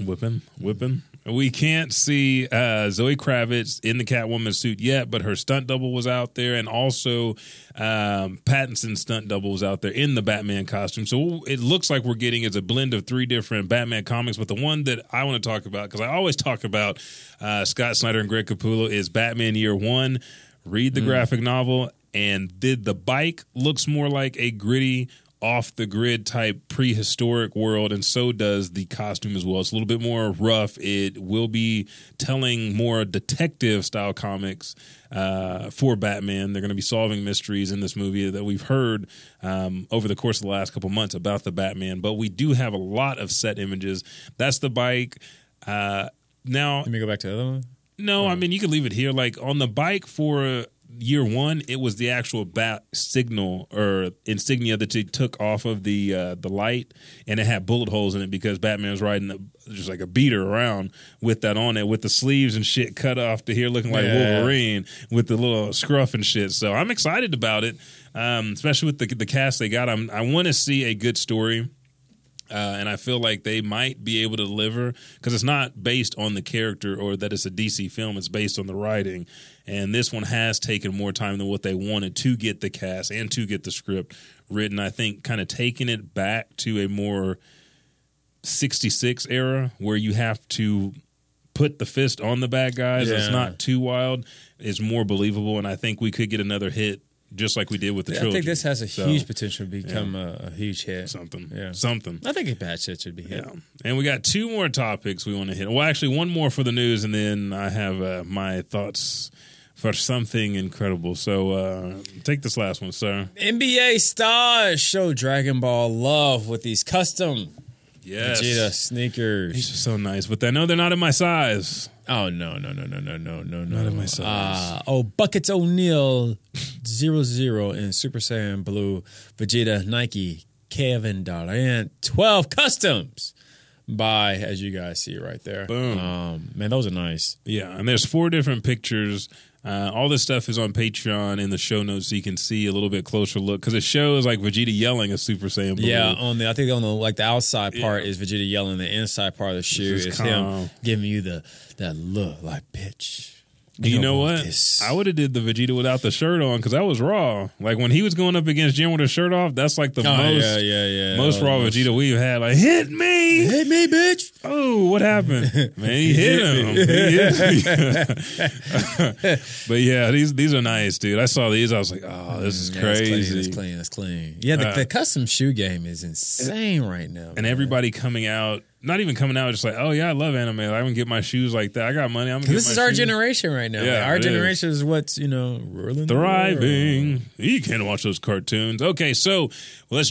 Speaker 1: Whipping, whipping. We can't see uh, Zoe Kravitz in the Catwoman suit yet, but her stunt double was out there, and also um, Pattinson's stunt double was out there in the Batman costume. So it looks like we're getting is a blend of three different Batman comics. But the one that I want to talk about, because I always talk about uh, Scott Snyder and Greg Capullo, is Batman Year One. Read the graphic novel, and did the bike looks more like a gritty off the grid type prehistoric world, and so does the costume as well. It's a little bit more rough. It will be telling more detective style comics uh, for Batman. They're going to be solving mysteries in this movie that we've heard um, over the course of the last couple months about the Batman, but we do have a lot of set images. That's the bike. Uh, now,
Speaker 3: Let me go back to the other one.
Speaker 1: no, I mean you can leave it here. Like on the bike for uh, year one, it was the actual bat signal or insignia that they took off of the uh, the light, and it had bullet holes in it because Batman was riding a, just like a beater around with that on it, with the sleeves and shit cut off to here, looking like
Speaker 3: Yeah.
Speaker 1: Wolverine with the little scruff and shit. So I'm excited about it, um, especially with the the cast they got. I'm, I want to see a good story. uh, and I feel like they might be able to deliver because it's not based on the character or that it's a DC film. It's based on the writing, and this one has taken more time than what they wanted to get the cast and to get the script written. I think kind of taking it back to a more 66 era where you have to put the fist on the bad guys. It's
Speaker 3: Yeah.
Speaker 1: not too wild. It's more believable, and I think we could get another hit just like we did with the
Speaker 3: I
Speaker 1: trilogy.
Speaker 3: think this has a
Speaker 1: So,
Speaker 3: huge potential to become a, a huge hit.
Speaker 1: something.
Speaker 3: Yeah.
Speaker 1: Something.
Speaker 3: I think a bad shit should be hit.
Speaker 1: Yeah. And we got two more topics we want to hit. Well, actually, one more for the news, and then I have uh, my thoughts for something incredible. So uh, take this last one, sir.
Speaker 3: NBA stars show Dragon Ball love with these custom
Speaker 1: Yes.
Speaker 3: Vegeta
Speaker 1: These
Speaker 3: sneakers.
Speaker 1: are so nice, but I know they're not in my size.
Speaker 3: Oh no no no no no no no no!
Speaker 1: Not in my size.
Speaker 3: Uh, oh, buckets O'Neal zero zero in Super Saiyan Blue Vegeta Nike Kevin Durant twelve customs by as you guys see right there.
Speaker 1: Boom.
Speaker 3: um, man, those are nice.
Speaker 1: Yeah, and there's four different pictures. Uh, all this stuff is on Patreon in the show notes, so you can see a little bit closer look because it shows like Vegeta yelling a Super Saiyan Blue.
Speaker 3: Yeah, on the I think on the like the outside part
Speaker 1: Yeah.
Speaker 3: is Vegeta yelling. The inside part of the shoe
Speaker 1: is
Speaker 3: is, him
Speaker 1: calm.
Speaker 3: giving you the that look like bitch.
Speaker 1: You
Speaker 3: don't
Speaker 1: know
Speaker 3: want
Speaker 1: what?
Speaker 3: Oh, this.
Speaker 1: I would have did the Vegeta without the shirt on because that was raw. Like when he was going up against Jim with his shirt off, that's like the
Speaker 3: Oh,
Speaker 1: most
Speaker 3: yeah, yeah, yeah.
Speaker 1: most
Speaker 3: Oh,
Speaker 1: raw
Speaker 3: most-
Speaker 1: Vegeta we've had. Like hit me,
Speaker 3: Hit me, bitch.
Speaker 1: Oh, what happened? Man, he hit him. He hit me. but yeah, these these are nice, dude. I saw these. I was like, oh, this is
Speaker 3: Mm, Yeah,
Speaker 1: crazy.
Speaker 3: That's clean. That's clean. That's clean. Yeah, the,
Speaker 1: Uh,
Speaker 3: the custom shoe game is insane right now.
Speaker 1: And everybody coming out, not even coming out, just like, oh yeah, I love anime. I can get my shoes like that. I got money. I'm gonna get
Speaker 3: this
Speaker 1: my
Speaker 3: is our
Speaker 1: shoes.
Speaker 3: generation right now.
Speaker 1: Yeah,
Speaker 3: Like, our
Speaker 1: it is.
Speaker 3: generation is. what's you know ruling the world.
Speaker 1: Thriving. You can watch those cartoons. Okay, so let's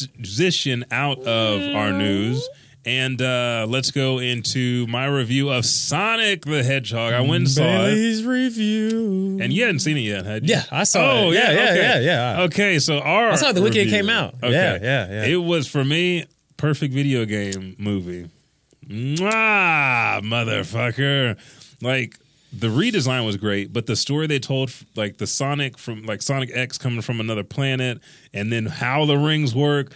Speaker 1: transition out of our news and uh, let's go into my review of Sonic the Hedgehog. I went and saw it.
Speaker 3: Bailey's review.
Speaker 1: And you hadn't seen it yet, had you?
Speaker 3: Yeah, I saw
Speaker 1: Oh,
Speaker 3: it.
Speaker 1: yeah,
Speaker 3: Yeah, yeah,
Speaker 1: okay.
Speaker 3: yeah, yeah.
Speaker 1: Okay, so our
Speaker 3: Uh, I saw it the weekend it
Speaker 1: review.
Speaker 3: came out. Yeah, yeah, yeah.
Speaker 1: It was for me perfect video game movie. Mwah, motherfucker. Like the redesign was great, but the story they told, like the Sonic from like Sonic X coming from another planet, and then how the rings work.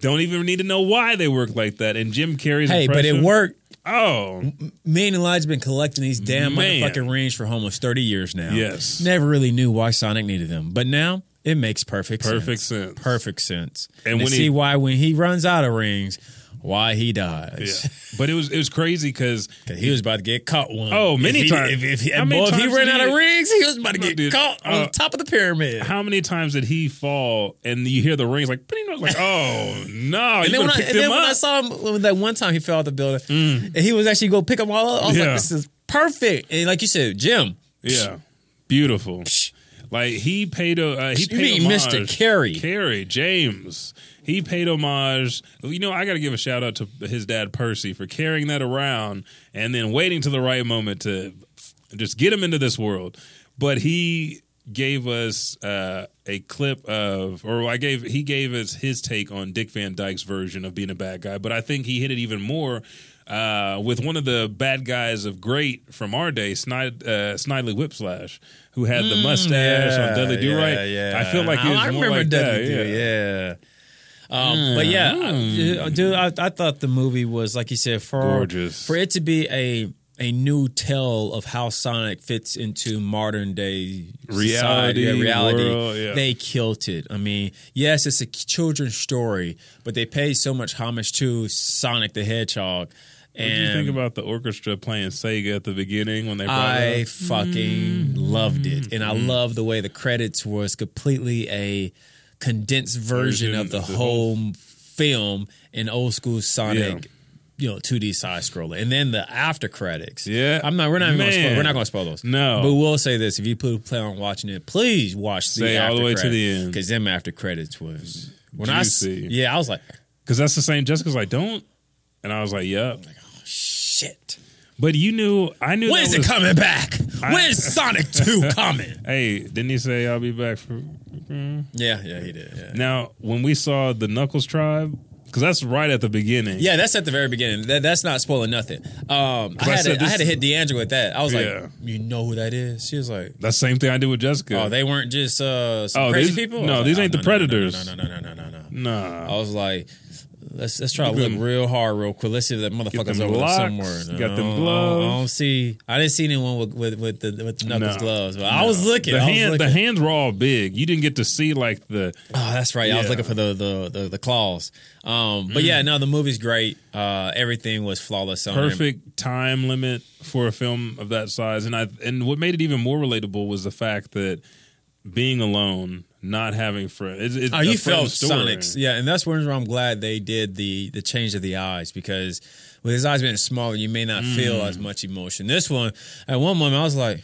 Speaker 1: Don't even need to know why they work like that. And Jim Carrey's
Speaker 3: Hey, but it
Speaker 1: impression-
Speaker 3: worked. Mm,
Speaker 1: Oh,
Speaker 3: Me and Elijah's been collecting these damn
Speaker 1: Man.
Speaker 3: motherfucking rings for almost thirty years now.
Speaker 1: Yes.
Speaker 3: never really knew why Sonic needed them, but now it makes perfect
Speaker 1: Perfect
Speaker 3: sense.
Speaker 1: sense.
Speaker 3: perfect sense.
Speaker 1: And
Speaker 3: And
Speaker 1: when he-
Speaker 3: see why when he runs out of rings, why he dies.
Speaker 1: yeah. but it was it was crazy because
Speaker 3: 'Cause He was about to get caught one.
Speaker 1: Oh, many
Speaker 3: If he-
Speaker 1: times.
Speaker 3: If, if, he-
Speaker 1: How many
Speaker 3: boy, if he
Speaker 1: times
Speaker 3: ran
Speaker 1: did
Speaker 3: out
Speaker 1: he-
Speaker 3: of rings, he was about to
Speaker 1: No,
Speaker 3: get
Speaker 1: dude.
Speaker 3: caught on
Speaker 1: Uh,
Speaker 3: the top of the pyramid.
Speaker 1: how many times did he fall and you hear the rings like "Ping," like oh no
Speaker 3: And
Speaker 1: you
Speaker 3: then, when I,
Speaker 1: picked
Speaker 3: and then
Speaker 1: him
Speaker 3: when
Speaker 1: up.
Speaker 3: I
Speaker 1: Mm.
Speaker 3: saw him when that one time he fell out the building, and he was actually go pick them all up. I was
Speaker 1: Yeah.
Speaker 3: like, this is perfect. And like you said, Jim,
Speaker 1: yeah beautiful like he paid a uh, he
Speaker 3: You
Speaker 1: paid
Speaker 3: mean
Speaker 1: homage.
Speaker 3: Mr. Carey.
Speaker 1: Carey James he paid homage you know I got to give a shout out to his dad Percy for carrying that around and then waiting to the right moment to just get him into this world but he gave us uh, a clip of or I gave he gave us his take on Dick Van Dyke's version of being a bad guy but I think he hit it even more uh, with one of the bad guys of great from our day, Snide, uh, Snidely Whipslash, who had the mustache on Dudley Do Right.
Speaker 3: Mm, Yeah, yeah.
Speaker 1: I feel like it
Speaker 3: I,
Speaker 1: was
Speaker 3: Oh, I
Speaker 1: more
Speaker 3: remember
Speaker 1: like
Speaker 3: Dudley
Speaker 1: that.
Speaker 3: Do, yeah. Um, But yeah, I- dude, I, I thought the movie was like you said, for
Speaker 1: Hmm. Gorgeous.
Speaker 3: for it to be a a new tale of how Sonic fits into modern day
Speaker 1: Reality,
Speaker 3: society, yeah, reality.
Speaker 1: world, yeah.
Speaker 3: They killed it. I mean, yes, it's a children's story, but they pay so much homage to Sonic the Hedgehog.
Speaker 1: What
Speaker 3: And
Speaker 1: did you think about the orchestra playing Sega at the beginning when they brought
Speaker 3: I
Speaker 1: it up? Mm.
Speaker 3: fucking loved it, and I love the way the credits was completely a condensed version,
Speaker 1: Version
Speaker 3: of the,
Speaker 1: of the
Speaker 3: whole film in old school Sonic.
Speaker 1: Yeah.
Speaker 3: You know, 2D side scroller, and then the after credits.
Speaker 1: Yeah.
Speaker 3: I'm not. We're not even going to spoil.
Speaker 1: Man.
Speaker 3: We're not going to spoil those.
Speaker 1: No.
Speaker 3: but we'll say this: if you pl- plan on watching it, please watch the
Speaker 1: Stay all the way to the end.
Speaker 3: because them after credits was when I s-
Speaker 1: Juicy.
Speaker 3: yeah, I was like,
Speaker 1: Because that's the same. Jessica's like, don't. And I was like,
Speaker 3: Oh
Speaker 1: yep.
Speaker 3: shit.
Speaker 1: But you knew, I knew.
Speaker 3: When
Speaker 1: that
Speaker 3: is it
Speaker 1: was-
Speaker 3: coming back?
Speaker 1: I-
Speaker 3: When's Sonic Two coming?
Speaker 1: Hey, didn't he say I'll be back for?
Speaker 3: Yeah, yeah, he did. Yeah.
Speaker 1: Now, when we saw the Knuckles Tribe, because that's right at the beginning.
Speaker 3: Yeah, that's at the very beginning. That, that's not spoiling nothing. Um, I,
Speaker 1: I
Speaker 3: had
Speaker 1: said
Speaker 3: to, I
Speaker 1: this-
Speaker 3: had to hit D'Angelo with that. I was
Speaker 1: Yeah.
Speaker 3: like, "You know who that is?" She was like,
Speaker 1: That's the same thing I did with Jessica.
Speaker 3: "Oh, they weren't just uh, some
Speaker 1: Oh,
Speaker 3: crazy
Speaker 1: these-
Speaker 3: people." I
Speaker 1: no,
Speaker 3: was
Speaker 1: these
Speaker 3: like,
Speaker 1: ain't
Speaker 3: "Oh,
Speaker 1: the
Speaker 3: no, no, no,
Speaker 1: Predators."
Speaker 3: Oh, No, no, no, no, no, no, no.
Speaker 1: nah.
Speaker 3: I was like, Let's let's try to look
Speaker 1: them-
Speaker 3: real hard, real quick. Let's see if that motherfucker's
Speaker 1: them
Speaker 3: over
Speaker 1: locks,
Speaker 3: there somewhere.
Speaker 1: got them
Speaker 3: I don't-
Speaker 1: gloves.
Speaker 3: I don't see. I didn't see anyone with with with the with the knuckles
Speaker 1: No.
Speaker 3: gloves, but I was looking.
Speaker 1: The
Speaker 3: I was
Speaker 1: hand, the
Speaker 3: looking.
Speaker 1: hands were all big. You didn't get to see like the
Speaker 3: Oh, that's right. I was
Speaker 1: Yeah. Mm.
Speaker 3: looking for the the the, the claws. Um, but yeah, no, the movie's great. Uh, everything was flawless. On there.
Speaker 1: perfect time limit for a film of that size. And I and what made it even more relatable was the fact that being alone, not having friends. It's, it's
Speaker 3: Oh,
Speaker 1: a
Speaker 3: you
Speaker 1: friend
Speaker 3: felt
Speaker 1: story.
Speaker 3: Sonic's, yeah, and that's where I'm glad they did the the change of the eyes because with his eyes being smaller, you may not
Speaker 1: Mm.
Speaker 3: feel as much emotion. This one, at one moment, I was like,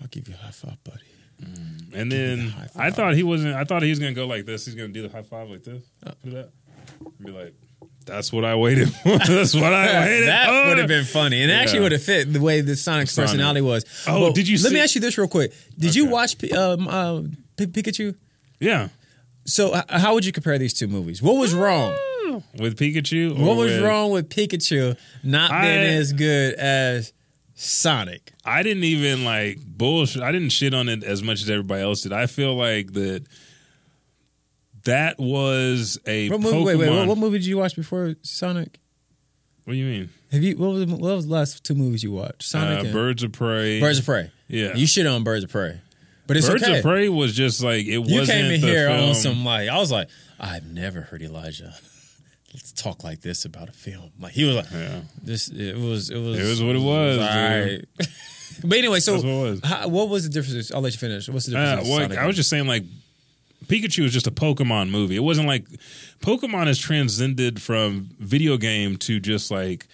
Speaker 3: "I'll give you a high five, buddy."
Speaker 1: And then
Speaker 3: high
Speaker 1: I
Speaker 3: five.
Speaker 1: thought he wasn't. I thought he was gonna go like this. He's gonna do the high five like this.
Speaker 3: Uh.
Speaker 1: Do that. And be like, that's what I waited for. that's what I waited.
Speaker 3: that
Speaker 1: for."
Speaker 3: would have been funny, and it actually
Speaker 1: Yeah.
Speaker 3: would have fit the way that Sonic's
Speaker 1: Sonic.
Speaker 3: personality was.
Speaker 1: Oh, did you
Speaker 3: Let me
Speaker 1: see-
Speaker 3: ask you this real quick. Did you
Speaker 1: Okay.
Speaker 3: watch P- um, uh, P- Pikachu?
Speaker 1: yeah.
Speaker 3: So, h- how would you compare these two movies? What was wrong?
Speaker 1: With Pikachu. or
Speaker 3: What was
Speaker 1: with-
Speaker 3: wrong with Pikachu not
Speaker 1: Oh, I-
Speaker 3: being as good as Sonic?
Speaker 1: I didn't even like bullshit. I didn't shit on it as much as everybody else did. I feel like that. That was a
Speaker 3: What
Speaker 1: Pokemon.
Speaker 3: movie, wait, wait, what, what movie did you watch before Sonic?
Speaker 1: What do you mean?
Speaker 3: Have you what was the, what was the last two movies you watched? Sonic
Speaker 1: Uh,
Speaker 3: and
Speaker 1: Birds of Prey.
Speaker 3: Birds of Prey.
Speaker 1: Yeah.
Speaker 3: you shit on Birds of Prey, but it's
Speaker 1: Birds
Speaker 3: okay.
Speaker 1: of Prey was just like it
Speaker 3: you
Speaker 1: wasn't
Speaker 3: came in
Speaker 1: the
Speaker 3: here
Speaker 1: film.
Speaker 3: on some like I was like I've never heard Elijah. Let's talk like this about a film. Like he was like
Speaker 1: Yeah.
Speaker 3: this. It was it was
Speaker 1: It was what it was,
Speaker 3: all
Speaker 1: dude.
Speaker 3: right. but anyway, so
Speaker 1: That's what it was.
Speaker 3: how- what was the difference? I'll let you finish. What's the
Speaker 1: Uh,
Speaker 3: difference?
Speaker 1: well,
Speaker 3: Sonic
Speaker 1: I was
Speaker 3: and-
Speaker 1: just saying, like, Pikachu was just a Pokemon movie. It wasn't like Pokemon has transcended from video game to just like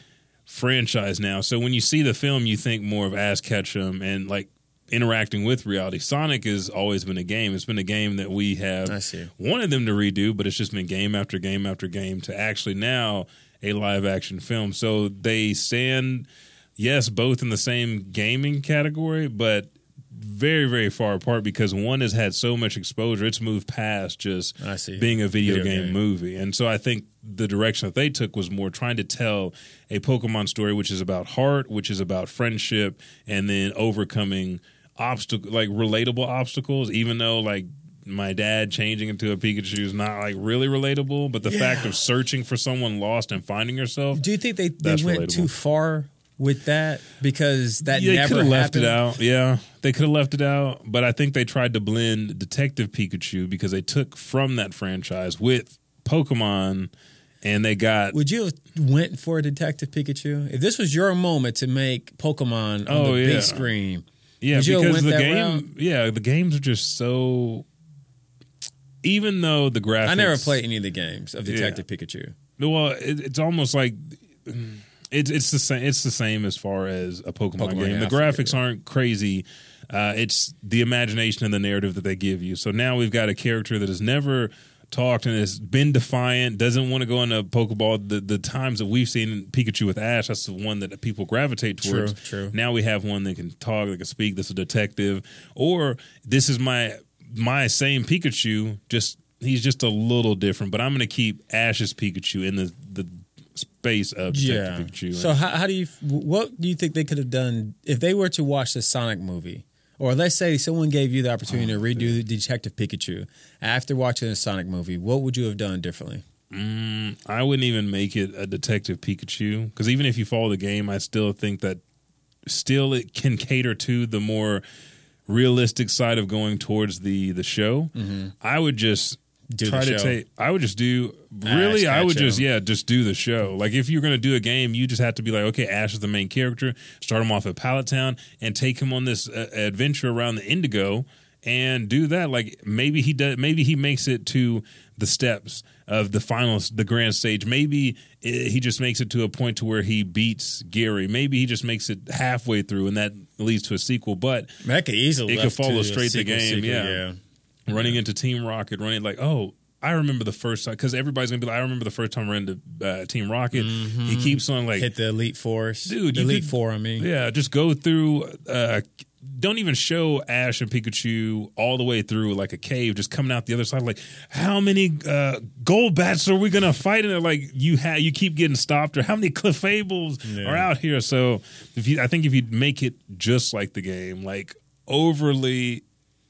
Speaker 1: franchise now. So when you see the film, you think more of Ash Ketchum and like interacting with reality. Sonic has always been a game. It's been a game that we have
Speaker 3: I see.
Speaker 1: wanted them to redo, but it's just been game after game after game to actually now a live action film. So they stand, yes, both in the same gaming category, but very very far apart because one has had so much exposure it's moved past just
Speaker 3: I see.
Speaker 1: being a video,
Speaker 3: Video
Speaker 1: game,
Speaker 3: game.
Speaker 1: movie and so i think the direction that they took was more trying to tell a pokemon story which is about heart which is about friendship and then overcoming obstacle like relatable obstacles even though like my dad changing into a pikachu is not like really relatable but the fact of searching for someone lost and finding yourself
Speaker 3: Do you think they, they
Speaker 1: That's
Speaker 3: went
Speaker 1: relatable.
Speaker 3: too far with that because that
Speaker 1: Yeah, they
Speaker 3: never
Speaker 1: could have left
Speaker 3: happened?
Speaker 1: it out. Yeah, they could have left it out, but I think they tried to blend Detective Pikachu because they took from that franchise with Pokemon, and they got
Speaker 3: Would you have went for Detective Pikachu if this was your moment to make Pokemon on
Speaker 1: Oh,
Speaker 3: the
Speaker 1: yeah.
Speaker 3: big screen?
Speaker 1: yeah
Speaker 3: would you have
Speaker 1: because
Speaker 3: went
Speaker 1: the
Speaker 3: that
Speaker 1: game
Speaker 3: route?
Speaker 1: yeah the games are just so. Even though the graphics,
Speaker 3: I never played any of the games of Detective Pikachu.
Speaker 1: Well, it, it's almost like it's it's the same. It's the same as far as a Pokemon,
Speaker 3: Pokemon
Speaker 1: game.
Speaker 3: game,
Speaker 1: the
Speaker 3: I figured,
Speaker 1: graphics
Speaker 3: yeah.
Speaker 1: aren't crazy. Uh, it's the imagination and the narrative that they give you. So now we've got a character that has never talked and has been defiant, doesn't want to go in a Pokeball. The the times that we've seen Pikachu with Ash, that's the one that people gravitate towards.
Speaker 3: True, true.
Speaker 1: Now we have one that can talk, that can speak. That's a detective, or this is my my same Pikachu. Just he's just a little different, but I'm going to keep Ash's Pikachu in the the space of Detective Pikachu.
Speaker 3: So
Speaker 1: And-
Speaker 3: how, how do you? What do you think they could have done if they were to watch the Sonic movie? Or let's say someone gave you the opportunity
Speaker 1: Oh,
Speaker 3: to redo Detective Pikachu after watching the Sonic movie, what would you have done differently?
Speaker 1: I wouldn't even make it a Detective Pikachu because even if you follow the game, I still think that still it can cater to the more realistic side of going towards the the show. I would just
Speaker 3: Mm-hmm. Do
Speaker 1: try
Speaker 3: the
Speaker 1: to
Speaker 3: show.
Speaker 1: take. I would just do
Speaker 3: Ash,
Speaker 1: really. I would
Speaker 3: Ketchum.
Speaker 1: just yeah, just do the show. Like if you're gonna do a game, you just have to be like, okay, Ash is the main character. Start him off at Pallet Town and take him on this uh, adventure around the Indigo. And do that, like maybe he does. Maybe he makes it to the steps of the finals, the grand stage. Maybe uh, he just makes it to a point to where he beats Gary. Maybe he just makes it halfway through, and that leads to a sequel. But
Speaker 3: That could easily
Speaker 1: It could
Speaker 3: left
Speaker 1: follow
Speaker 3: to a
Speaker 1: straight the game, yeah. running into Team Rocket, running like, oh, I remember the first time because everybody's gonna be like, I remember the first time I ran into uh, Team Rocket. He keeps on like,
Speaker 3: hit the Elite Force,
Speaker 1: Dude,
Speaker 3: The
Speaker 1: you
Speaker 3: Elite
Speaker 1: could-
Speaker 3: Four, I mean,
Speaker 1: yeah, just go through. Uh, don't even show Ash and Pikachu all the way through like a cave, just coming out the other side. Like, how many uh, gold bats are we gonna fight? And they're like, you ha- you keep getting stopped, or how many Clefables are out here? So, if you, I think if you make it just like the game, like overly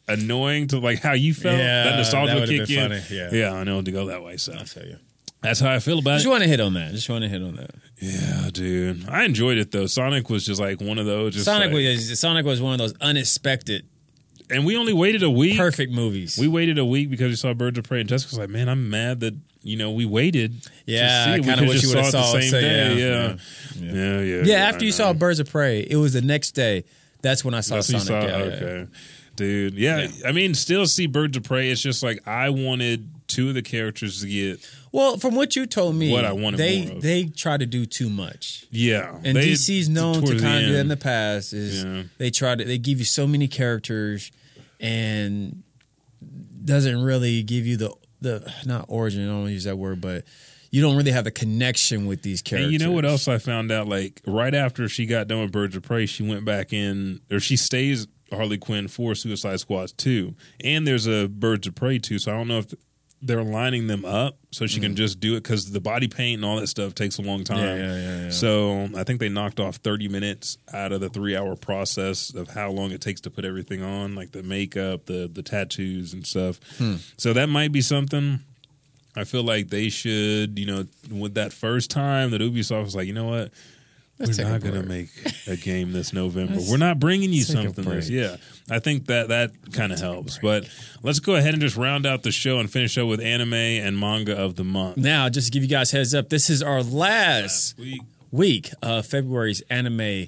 Speaker 1: annoying to like how you felt,
Speaker 3: Yeah,
Speaker 1: that nostalgia
Speaker 3: that
Speaker 1: will
Speaker 3: would've
Speaker 1: kick
Speaker 3: been
Speaker 1: in.
Speaker 3: funny, yeah.
Speaker 1: yeah, I know to go that way. So
Speaker 3: I feel you.
Speaker 1: That's how I feel about
Speaker 3: Just
Speaker 1: it.
Speaker 3: want to hit on that. Just want to hit on that.
Speaker 1: Yeah, dude. I enjoyed it though. Sonic was just like one of those. Just
Speaker 3: Sonic
Speaker 1: like-
Speaker 3: was Sonic was one of those unexpected
Speaker 1: and we only waited a week.
Speaker 3: perfect movies.
Speaker 1: We waited a week because we saw Birds of Prey, and Jessica's like, "Man, I'm mad that you know we waited."
Speaker 3: Yeah, I
Speaker 1: to see. it. We
Speaker 3: kinda
Speaker 1: could've
Speaker 3: wish
Speaker 1: just
Speaker 3: you would've
Speaker 1: saw it
Speaker 3: saw
Speaker 1: the
Speaker 3: it,
Speaker 1: same
Speaker 3: so
Speaker 1: day.
Speaker 3: yeah,
Speaker 1: Yeah, yeah, yeah.
Speaker 3: yeah,
Speaker 1: yeah,
Speaker 3: after
Speaker 1: I
Speaker 3: you saw
Speaker 1: know.
Speaker 3: Birds of Prey, it was the next day. That's when I saw
Speaker 1: That's what you
Speaker 3: Sonic.
Speaker 1: saw?
Speaker 3: Yeah, yeah, yeah.
Speaker 1: okay, dude. Yeah, I mean, still see Birds of Prey. It's just like I wanted two of the characters to get.
Speaker 3: Well, from what you told me,
Speaker 1: What I wanted
Speaker 3: they
Speaker 1: more of.
Speaker 3: they try to do too much.
Speaker 1: Yeah,
Speaker 3: And
Speaker 1: they-
Speaker 3: DC's known to
Speaker 1: towards
Speaker 3: kind of do that in
Speaker 1: end.
Speaker 3: the past. Is
Speaker 1: Yeah.
Speaker 3: they try to they give you so many characters, and doesn't really give you the the not origin. I don't want to use that word, but you don't really have the connection with these characters.
Speaker 1: And you know what else I found out? Like right after she got done with Birds of Prey, she went back in, or she stays Harley Quinn for Suicide Squad two, and there's a Birds of Prey two. So I don't know if they're lining them up so she can just do it because the body paint and all that stuff takes a long time.
Speaker 3: Mm. Yeah, yeah, yeah, yeah.
Speaker 1: So I think they knocked off thirty minutes out of the three hour process of how long it takes to put everything on, like the makeup, the the tattoos and stuff.
Speaker 3: Hmm.
Speaker 1: So that might be something. I feel like they should, you know, with that first time that Ubisoft was like, you know what,
Speaker 3: Let's
Speaker 1: we're
Speaker 3: take a
Speaker 1: not going to
Speaker 3: break.
Speaker 1: make a game this November. we're not bringing you
Speaker 3: let's take a
Speaker 1: something. This,
Speaker 3: break.
Speaker 1: yeah, I think that that kind of helps. But let's go ahead and just round out the show and finish up with anime and manga of the month.
Speaker 3: Now, just to give you guys heads up, this is our last
Speaker 1: Week.
Speaker 3: week of February's anime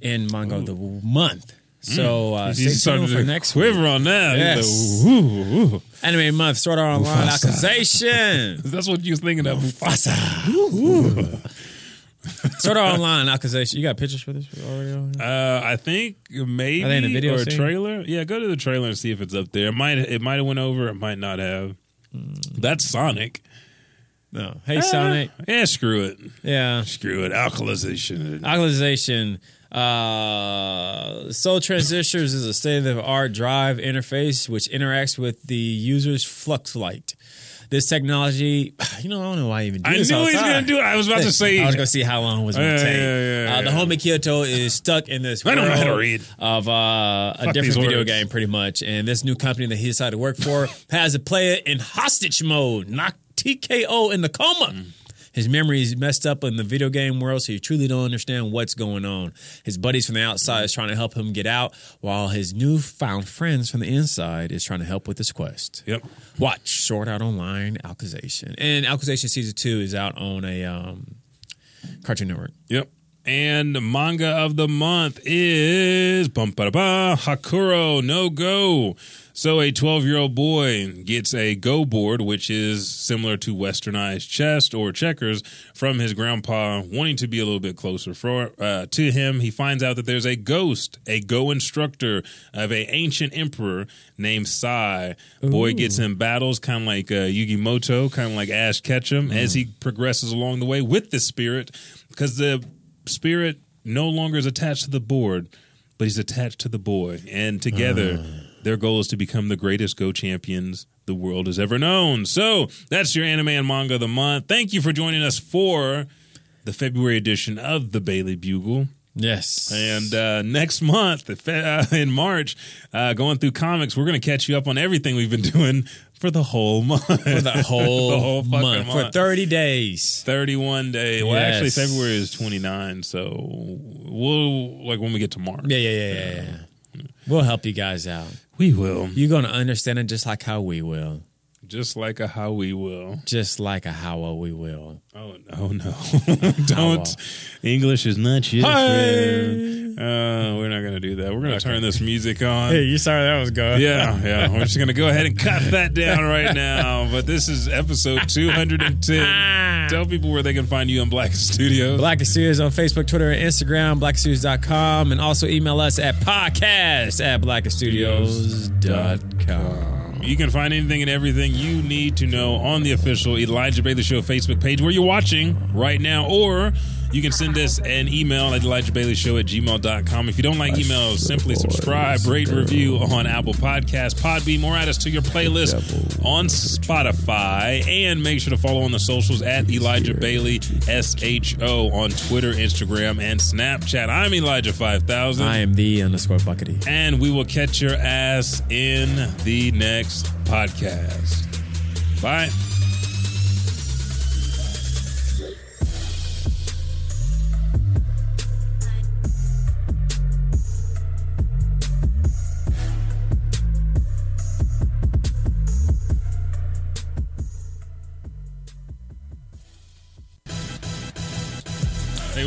Speaker 3: in manga of the month. So uh,
Speaker 1: You
Speaker 3: stay
Speaker 1: started
Speaker 3: tuned for
Speaker 1: Mm. to
Speaker 3: next week.
Speaker 1: quiver on that.
Speaker 3: Yes.
Speaker 1: Ooh, ooh, ooh.
Speaker 3: Anime month, sort of online accusation.
Speaker 1: That's what you was thinking of.
Speaker 3: sort of online accusation. You got pictures for this already? On? here?
Speaker 1: Uh, I think maybe
Speaker 3: Are they in the video
Speaker 1: or a
Speaker 3: scene?
Speaker 1: trailer. Yeah, go to the trailer and see if it's up there. It might it might have went over. It might not have. That's Sonic.
Speaker 3: No. Hey, Hmm. Sonic.
Speaker 1: Yeah, screw it.
Speaker 3: Uh, Yeah.
Speaker 1: Screw it. Alkalization.
Speaker 3: Alkalization. Uh, Soul Transistors is a state of the art drive interface which interacts with the user's flux light. This technology, you know, I don't know why I even do
Speaker 1: I knew
Speaker 3: this
Speaker 1: he
Speaker 3: all the
Speaker 1: was
Speaker 3: time.
Speaker 1: gonna do it. I was about to say.
Speaker 3: I was gonna see how long it was gonna
Speaker 1: Yeah,
Speaker 3: take.
Speaker 1: yeah, yeah,
Speaker 3: uh, the
Speaker 1: yeah.
Speaker 3: homie Kyoto is stuck in this.
Speaker 1: I don't know how to
Speaker 3: world
Speaker 1: read.
Speaker 3: of uh, a
Speaker 1: Fuck
Speaker 3: different
Speaker 1: these
Speaker 3: video
Speaker 1: words.
Speaker 3: game, pretty much. And this new company that he decided to work for has a player in hostage mode, knocked TKO in the coma.
Speaker 1: Mm.
Speaker 3: His memory is messed up in the video game world, so you truly don't understand what's going on. His buddies from the outside is trying to help him get out, while his newfound friends from the inside is trying to help with his quest.
Speaker 1: Yep.
Speaker 3: Watch Sword Out Online, Accusation, and Accusation Season Two is out on a um, Cartoon Network.
Speaker 1: Yep. And the manga of the month is bum ba ba Hakuro no Go. So a 12-year-old boy gets a go board which is similar to westernized chess or checkers from his grandpa wanting to be a little bit closer for uh, to him. He finds out that there's a ghost, a go instructor of a ancient emperor named Sai. Boy gets in battles kind of like uh, Yugimoto, kind of like Ash Ketchum as he progresses along the way with this spirit because the spirit no longer is attached to the board, but he's attached to the boy. And together, their goal is to become the greatest Go champions the world has ever known. So that's your anime and manga of the month. Thank you for joining us for the February edition of the Bailey Bugle.
Speaker 3: Yes,
Speaker 1: And uh, next month, if, uh, in March, uh, going through comics, we're going to catch you up on everything we've been doing for the whole month.
Speaker 3: for the whole,
Speaker 1: The whole fucking
Speaker 3: month. for
Speaker 1: month.
Speaker 3: thirty days.
Speaker 1: 31 day. Well, actually,
Speaker 3: Yes.
Speaker 1: February is 29. So we'll, like, when we get to March.
Speaker 3: Yeah, yeah, yeah, yeah, yeah. We'll help you guys out.
Speaker 1: We will.
Speaker 3: You're gonna understand it just like how we will,
Speaker 1: Just like a how we will.
Speaker 3: just like a how we will.
Speaker 1: Oh, no, no. Don't. Oh, English is not your friend. Uh, we're not going to do that. We're going to turn this music on.
Speaker 3: you sorry that was good.
Speaker 1: Yeah, yeah. We're just going to go ahead and cut that down right now. But this is episode 210. Tell people where they can find you on Black Studios.
Speaker 3: Black and Studios on Facebook, Twitter, and Instagram, blackstudios.com, and also email us at podcast at blackstudios.com.
Speaker 1: You can find anything and everything you need to know on the official Elijah Bailey Show Facebook page where you're watching right now, or you can send us an email at ElijahBaileyShow at gmail.com. If you don't like emails, simply subscribe, rate, review on Apple Podcasts, Podbeam, or add us to your playlist on Spotify. And make sure to follow on the socials at Elijah Bailey SHO on Twitter, Instagram, and Snapchat. I'm Elijah5000
Speaker 3: I am the underscore buckety.
Speaker 1: and we will catch your ass in the next podcast. Bye. Hey,